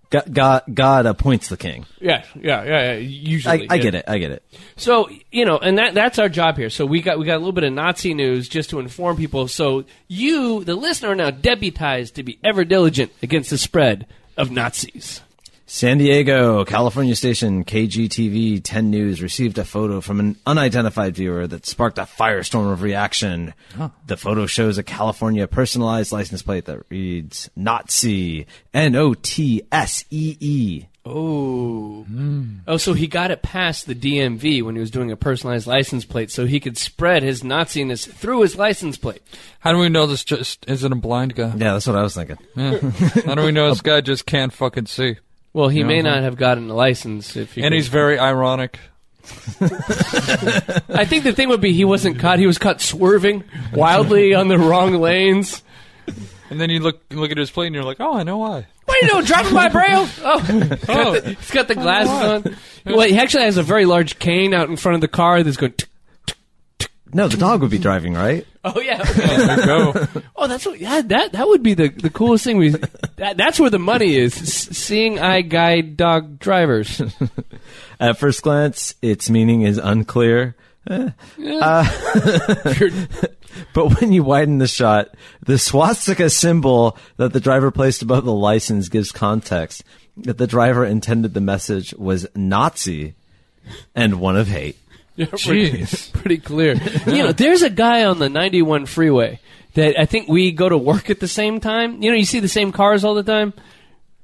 Speaker 1: God, God, God appoints the king.
Speaker 2: Yeah, yeah, yeah. yeah, Usually,
Speaker 1: I, I
Speaker 2: yeah.
Speaker 1: get it. I get it.
Speaker 2: So you know, and that that's our job here. So we got we got a little bit of Nazi news just to inform people. So you, the listener, are now deputized to be ever diligent against the spread of Nazis.
Speaker 1: San Diego, California station KGTV 10 News received a photo from an unidentified viewer that sparked a firestorm of reaction. The photo shows a California personalized license plate that reads Nazi, N O T S E E.
Speaker 2: Oh. Oh, so he got it past the DMV when he was doing a personalized license plate so he could spread his Naziness through his license plate.
Speaker 3: How do we know this just isn't a blind guy?
Speaker 1: Yeah, that's what I was thinking.
Speaker 3: Yeah. How do we know this guy just can't fucking see?
Speaker 2: Well, he may not have gotten a license if he
Speaker 3: Uh-huh. And
Speaker 2: could-
Speaker 3: he's very ironic.
Speaker 2: I think the thing would be he wasn't caught. He was caught swerving wildly on the wrong lanes.
Speaker 3: And then you look you look at his plate and you're like, oh, I know why.
Speaker 2: What are you doing? Dropping my braille? <laughs> Oh,
Speaker 3: Oh,
Speaker 2: he's got the glasses on. Well, he actually has a very large cane out in front of the car that's going. tick.
Speaker 1: No, the dog would be driving, right?
Speaker 2: Oh yeah.
Speaker 3: there you go.
Speaker 2: <laughs> Oh, that's what. Yeah, that that would be the the coolest thing. We that, that's where the money is. S- seeing eye guide dog <laughs> drivers.
Speaker 1: At first glance, its meaning is unclear. Uh, <laughs> But when you widen the shot, the swastika symbol that the driver placed above the license gives context that the driver intended the message was Nazi and one of hate.
Speaker 3: Jeez.
Speaker 2: pretty clear. You know, there's a guy on the 91 freeway that I think we go to work at the same time. You know, you see the same cars all the time.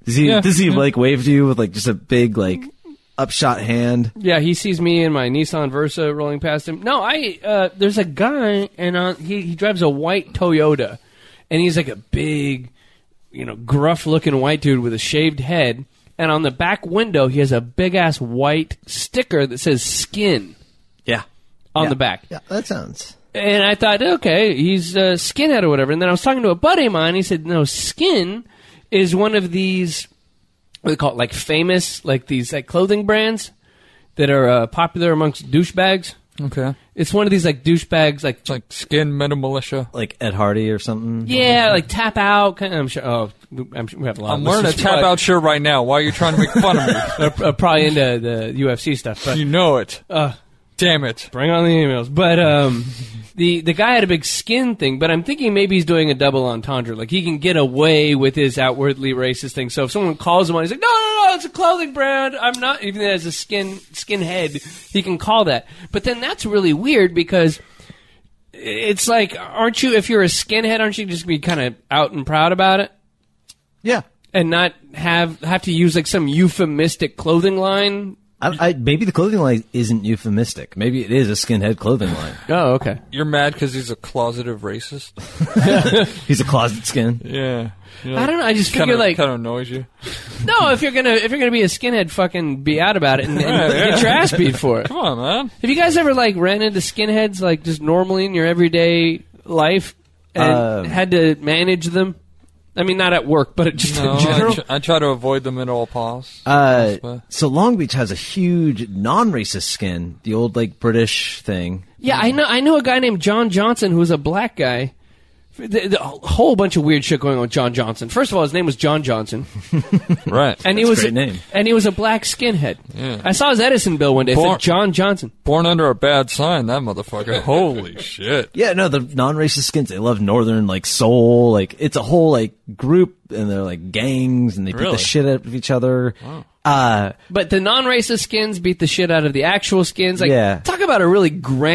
Speaker 1: Does he,
Speaker 3: Yeah,
Speaker 1: does he like wave to you with like just a big like upshot hand?
Speaker 2: Yeah, he sees me in my Nissan Versa rolling past him. No, I uh, there's a guy and uh, he he drives a white Toyota, and he's like a big, you know, gruff looking white dude with a shaved head. And on the back window, he has a big ass white sticker that says "skin"
Speaker 1: Yeah.
Speaker 2: on
Speaker 1: Yeah.
Speaker 2: the back.
Speaker 1: Yeah, that sounds.
Speaker 2: And I thought, okay, he's a skinhead or whatever. And then I was talking to a buddy of mine. He said, no, skin is one of these, what do they call it, like famous, like these like clothing brands that are uh, popular amongst douchebags.
Speaker 3: Okay.
Speaker 2: It's one of these like douchebags, like,
Speaker 3: It's like skin meta militia.
Speaker 1: Like Ed Hardy or something.
Speaker 2: yeah, like tap out. Kind of, I'm sure. Oh, I'm sure we have a lot.
Speaker 3: I'm
Speaker 2: of
Speaker 3: wearing a
Speaker 2: listeners
Speaker 3: tap out shirt right now. Why are you trying to make fun of me?
Speaker 2: <laughs> probably- Are probably into the UFC stuff, but
Speaker 3: you know it.
Speaker 2: Uh.
Speaker 3: Damn it.
Speaker 2: Bring on the emails. But um, the the guy had a big skin thing. But I'm thinking maybe he's doing a double entendre. Like he can get away with his outwardly racist thing. So if someone calls him on, he's like, no, no, no, it's a clothing brand. I'm not. Even though it has a skin skin head, he can call that. But then that's really weird because. It's like, aren't you? If you're a skinhead, aren't you just gonna be kind of out and proud about it,
Speaker 1: Yeah.
Speaker 2: and not have have to use like some euphemistic clothing line?
Speaker 1: I, I, maybe the clothing line isn't euphemistic. Maybe it is a skinhead clothing line.
Speaker 2: Oh, okay.
Speaker 3: You're mad because he's a closeted racist?
Speaker 1: He's a closet skin.
Speaker 3: <laughs> Yeah.
Speaker 2: I don't know. I just
Speaker 3: Kind
Speaker 2: figure
Speaker 3: of,
Speaker 2: like
Speaker 3: kind of annoys you.
Speaker 2: No, if you're gonna if you're gonna be a skinhead, fucking be out about it and, and
Speaker 1: <laughs>
Speaker 3: Yeah, yeah.
Speaker 2: get your ass beat for it.
Speaker 3: Come on, man.
Speaker 2: Have you guys ever like ran into skinheads like just normally in your everyday life and
Speaker 1: Um,
Speaker 2: had to manage them? I mean, not at work, but just
Speaker 3: <laughs> No,
Speaker 2: in
Speaker 3: I,
Speaker 2: general.
Speaker 3: tr- I try to avoid them at all costs.
Speaker 1: Uh, so Long Beach has a huge non-racist skin, the old like British thing.
Speaker 2: yeah, I know. I know a guy named John Johnson who was a black guy. The, the whole bunch of weird shit going on with John Johnson. First of all, his name was John Johnson,
Speaker 3: right.
Speaker 2: and he
Speaker 1: That's
Speaker 2: was
Speaker 1: a great name.
Speaker 2: and he was a black skinhead. I saw his Edison bill one day. It
Speaker 3: Born-
Speaker 2: said John Johnson.
Speaker 3: Born under a bad sign, that motherfucker. Holy shit.
Speaker 1: Yeah, no, the non-racist skins. They love northern like soul. Like it's a whole like group, and they're like gangs, and they beat
Speaker 3: Really?
Speaker 1: the shit out of each other. Uh,
Speaker 2: But the non-racist skins beat the shit out of the actual skins. Like,
Speaker 1: Yeah.
Speaker 2: talk about a really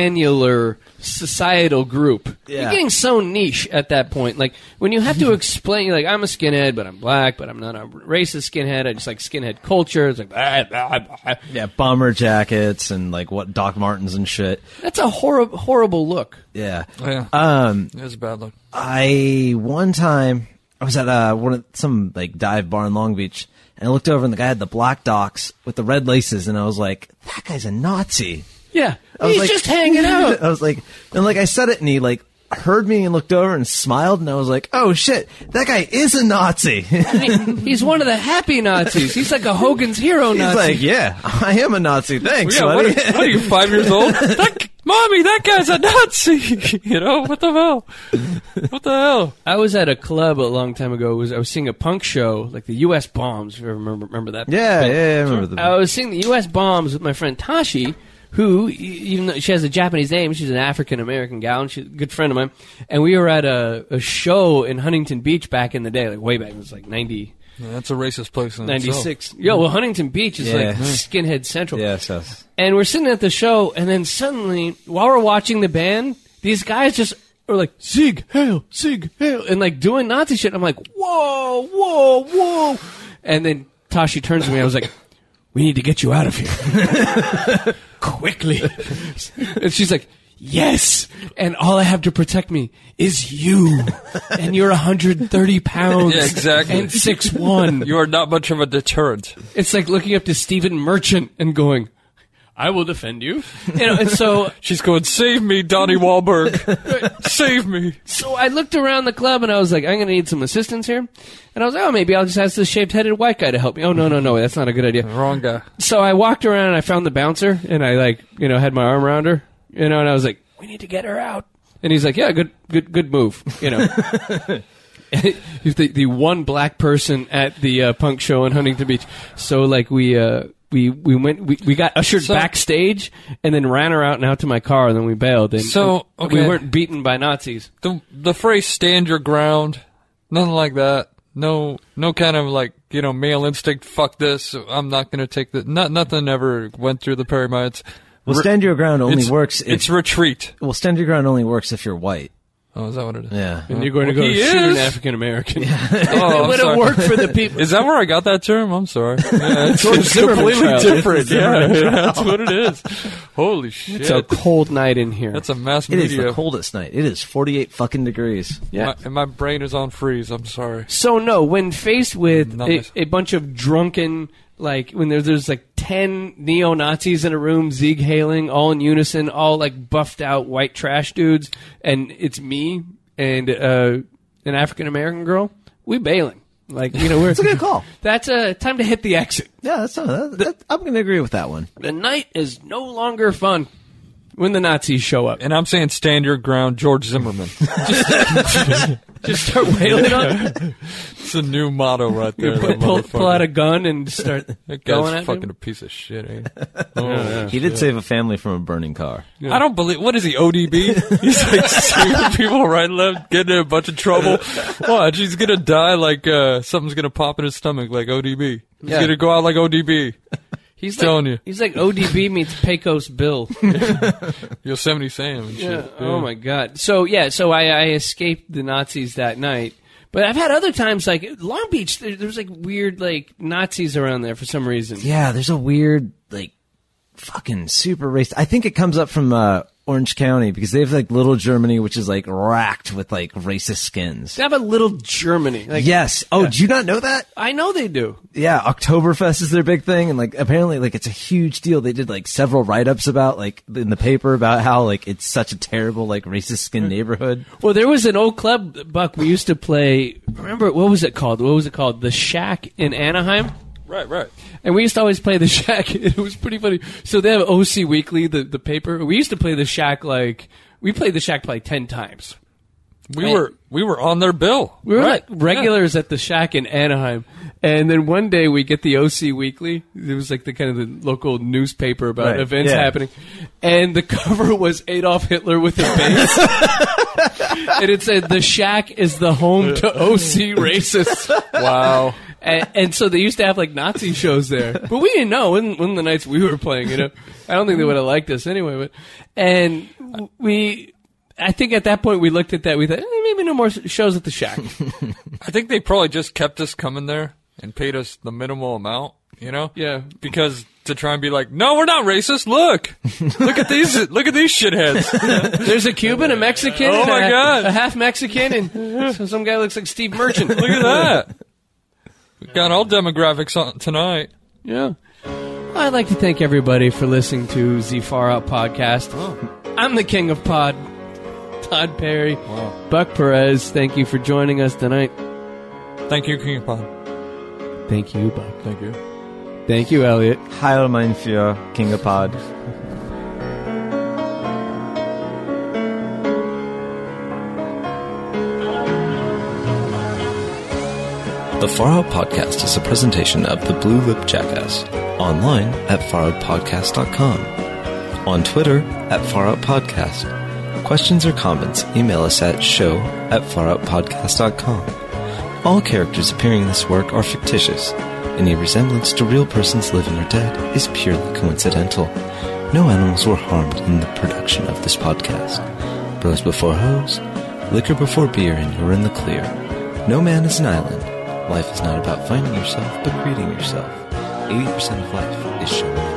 Speaker 2: granular societal group. You're
Speaker 1: Yeah.
Speaker 2: getting so niche at that point. Like when you
Speaker 1: <laughs>
Speaker 2: have to explain, you're like, I'm a skinhead, but I'm black, but I'm not a racist skinhead. I just like skinhead culture. It's like "Ah, blah, blah, blah.
Speaker 1: yeah, bomber jackets and like what Doc Martens and shit.
Speaker 2: that's a horrible, horrible look.
Speaker 1: Yeah,
Speaker 3: Yeah.
Speaker 1: Um,
Speaker 3: It was a bad look.
Speaker 1: I one time I was at uh one of some like dive bar in Long Beach, and I looked over and the guy had the black docs with the red laces, and I was like, that guy's a Nazi.
Speaker 2: Yeah,
Speaker 1: I was
Speaker 2: he's
Speaker 1: like-
Speaker 2: just
Speaker 1: <laughs>
Speaker 2: hanging out.
Speaker 1: I was like, and like I said it, and he like heard me and looked over and smiled, and I was like, oh shit, that guy is a Nazi. <laughs> He's
Speaker 2: he's one of the happy Nazis. He's like a Hogan's hero Nazi.
Speaker 1: like, yeah, <laughs> I am a Nazi. Thanks,
Speaker 3: Yeah, what
Speaker 1: buddy.
Speaker 3: are, what are you, five years
Speaker 2: <laughs>
Speaker 3: old? That, mommy, that guy's a Nazi! <laughs> you know, what the hell? What the hell?
Speaker 2: I was at a club a long time ago. It was I was seeing a punk show, like the U.S. Bombs. If you ever remember, remember that?
Speaker 1: <laughs> yeah, yeah, yeah, I remember
Speaker 3: Uh,
Speaker 2: I
Speaker 1: the.
Speaker 2: was seeing the U.S. bombs with my friend Tashi, who, e- even though she has a Japanese name, she's an African American gal, and she's a good friend of mine. And we were at a, a show in Huntington Beach back in the day, like way back. It was like 90,
Speaker 3: Yeah, that's a racist place in
Speaker 2: 96. Yo, well, Huntington Beach is
Speaker 1: Yeah.
Speaker 2: like skinhead central.
Speaker 1: Yes, yes.
Speaker 2: And we're sitting at the show, and then suddenly, while we're watching the band, these guys just are like, Zig, hail, Zig, hail, and like doing Nazi shit. I'm like, whoa, whoa, whoa. And then Tashi turns to me. I was like, "We need to get you out of here <laughs> quickly." And she's like, "Yes." And all I have to protect me is you, and you're 130 pounds,
Speaker 3: <laughs> Yeah, exactly.
Speaker 2: and six one.
Speaker 3: You are not much of a deterrent.
Speaker 2: It's like looking up to Stephen Merchant and going, "I will defend you." You know, and so
Speaker 3: She's going, save me, Donnie
Speaker 1: <laughs>
Speaker 3: Wahlberg. save me.
Speaker 2: So I looked around the club and I was like, I'm going to need some assistance here. And I was like, oh, maybe I'll just ask this shaved headed white guy to help me. Oh, no, no, no. That's not a good idea.
Speaker 3: Wrong guy.
Speaker 2: So I walked around and I found the bouncer and I, like, you know, had my arm around her, you know, and I was like, we need to get her out. And he's like, yeah, good, good, good move, you <laughs> know. He's the, the one black person at the uh, punk show in Huntington Beach. So, like, we, uh, we, we went we, we got ushered
Speaker 3: So-
Speaker 2: backstage and then ran her out and out to my car and then we bailed and
Speaker 3: So,
Speaker 2: and
Speaker 3: okay.
Speaker 2: we weren't beaten by Nazis.
Speaker 3: The the phrase "stand your ground," nothing like that. No, no kind of like you know male instinct. Fuck this. I'm not gonna take that. Not nothing ever went through the pyramids.
Speaker 1: Well,
Speaker 3: Re-
Speaker 1: stand your ground only
Speaker 3: it's,
Speaker 1: works. If,
Speaker 3: it's retreat.
Speaker 1: well, stand your ground only works if you're white.
Speaker 3: Oh, is that what it is?
Speaker 1: Yeah.
Speaker 2: And you're going to go
Speaker 3: Well, he
Speaker 2: shoot an
Speaker 3: is.
Speaker 2: African <laughs> American.
Speaker 3: Oh, I'm
Speaker 2: Let it
Speaker 3: sorry.
Speaker 2: work
Speaker 3: <laughs>
Speaker 2: for <laughs> the people.
Speaker 3: Is that where I got that term?
Speaker 2: <laughs>
Speaker 3: I'm sorry. Yeah, it's it's
Speaker 2: Zimmerman
Speaker 3: completely
Speaker 2: trial.
Speaker 3: different. Yeah, that's what it is. Holy shit!
Speaker 2: It's a cold night in here.
Speaker 3: that's a mass
Speaker 1: It is
Speaker 3: media.
Speaker 1: the coldest night. It is 48 fucking degrees.
Speaker 2: yeah.
Speaker 3: My, and my brain is on freeze. I'm sorry.
Speaker 2: So no, when faced with a,
Speaker 3: Numbness.
Speaker 2: a bunch of drunken, like when there's there's like ten neo Nazis in a room, Zig hailing all in unison, all like buffed out white trash dudes, and it's me and uh, an African American girl, we bailing. Like you know, we're
Speaker 1: It's a good call.
Speaker 2: that's a time to hit the exit.
Speaker 1: Yeah, that's not, that, that, I'm going to agree with that one.
Speaker 2: The night is no longer fun when the Nazis show up.
Speaker 3: And I'm saying stand your ground, George Zimmerman.
Speaker 2: Just start wailing on.
Speaker 3: <laughs>
Speaker 2: them.
Speaker 3: it's a new motto right there.
Speaker 2: Pull,
Speaker 3: that
Speaker 2: pull, pull
Speaker 3: motherfucker.
Speaker 2: out a gun and start
Speaker 3: That
Speaker 2: going
Speaker 3: guy's
Speaker 2: at
Speaker 3: fucking
Speaker 2: him.
Speaker 3: a piece of shit, eh?
Speaker 2: <laughs>
Speaker 3: ain't he?
Speaker 1: He did save a family from a burning car.
Speaker 3: I don't believe. What is he?
Speaker 2: <laughs>
Speaker 3: ODB? He's like saving people right, and left, getting in a bunch of trouble. Watch, he's gonna die. Like uh, something's gonna pop in his stomach, like ODB. He's
Speaker 2: Yeah.
Speaker 3: gonna go out like ODB.
Speaker 2: He's
Speaker 3: telling
Speaker 2: like,
Speaker 3: you.
Speaker 2: He's like ODB meets Pecos Bill.
Speaker 3: Yosemite Sam. And shit.
Speaker 2: Oh my god. So yeah. So I, I escaped the Nazis that night. But I've had other times like Long Beach. There, there's like weird like Nazis around there for some reason.
Speaker 1: Yeah, there's a weird, like, fucking super racist. I think it comes up from uh, Orange County because they have, like, Little Germany, which is, like, racked with, like, racist skins.
Speaker 2: They have a little Germany. Like
Speaker 1: Yes. Oh, do you not know that?
Speaker 2: I know they do.
Speaker 1: yeah, Oktoberfest is their big thing, and like apparently, like it's a huge deal. They did like several write ups about like in the paper about how like it's such a terrible like racist skin neighborhood.
Speaker 2: Well, there was an old club, Buck. We used to play. Remember what was it called? What was it called? The Shack in Anaheim.
Speaker 3: Right, right.
Speaker 2: And we used to always play the <laughs> Shack. It was pretty funny. So they have OC Weekly, the, the paper. We used to play the Shack like we played the Shack like ten times.
Speaker 3: We
Speaker 2: Right.
Speaker 3: were we were on their <laughs> bill.
Speaker 2: We were
Speaker 3: right.
Speaker 2: like regulars at the Shack in Anaheim. And then one day we get the OC Weekly. It was like the kind of the local newspaper about
Speaker 1: Right,
Speaker 2: events
Speaker 1: yeah.
Speaker 2: happening. And the <laughs> cover was Adolf Hitler with a base.
Speaker 1: <laughs>
Speaker 2: and it said the Shack is the home to OC racists.
Speaker 3: Wow.
Speaker 2: and, and so they used to have like Nazi shows there, but we didn't know when when the nights we were playing. You know, I don't think they would have liked us anyway. But and we, I think at that point we looked at that. We thought eh, maybe no more s- shows at the
Speaker 1: <laughs>
Speaker 2: shack.
Speaker 3: I think they probably just kept us coming there and paid us the minimal amount. You know?
Speaker 2: Yeah.
Speaker 3: Because to try and be like, no, we're not racist. <laughs> Look, look at these, look at these shitheads.
Speaker 2: There's a Cuban, a Mexican,
Speaker 3: Oh,
Speaker 2: and
Speaker 3: my
Speaker 2: a,
Speaker 3: God.
Speaker 2: a half Mexican, and so some guy looks like Steve Merchant.
Speaker 3: Look at <laughs> that. We got all demographics on tonight.
Speaker 2: <laughs> Yeah. I'd like to thank everybody for listening to Z Far Out Podcast. I'm the king of pod, Todd Perry. Buck Perez, thank you for joining us tonight.
Speaker 3: Thank you, King Pond.
Speaker 2: Thank you, Buck.
Speaker 3: Thank you.
Speaker 2: Thank you, Elliot.
Speaker 1: Heil mein Führer, King of Pod.
Speaker 6: The Far Out Podcast is a presentation of the Blue Lip Jackass. Online at faroutpodcast.com. On Twitter at Far Out Podcast. Questions or comments, email us at show at faroutpodcast.com. All characters appearing in this work are fictitious. Any resemblance to real persons living or dead is purely coincidental. No animals were harmed in the production of this podcast. Bros before hoes, liquor before beer, and you're in the clear. No man is an island.
Speaker 10: Life is not about finding yourself, but creating yourself. 80% of life is showing up.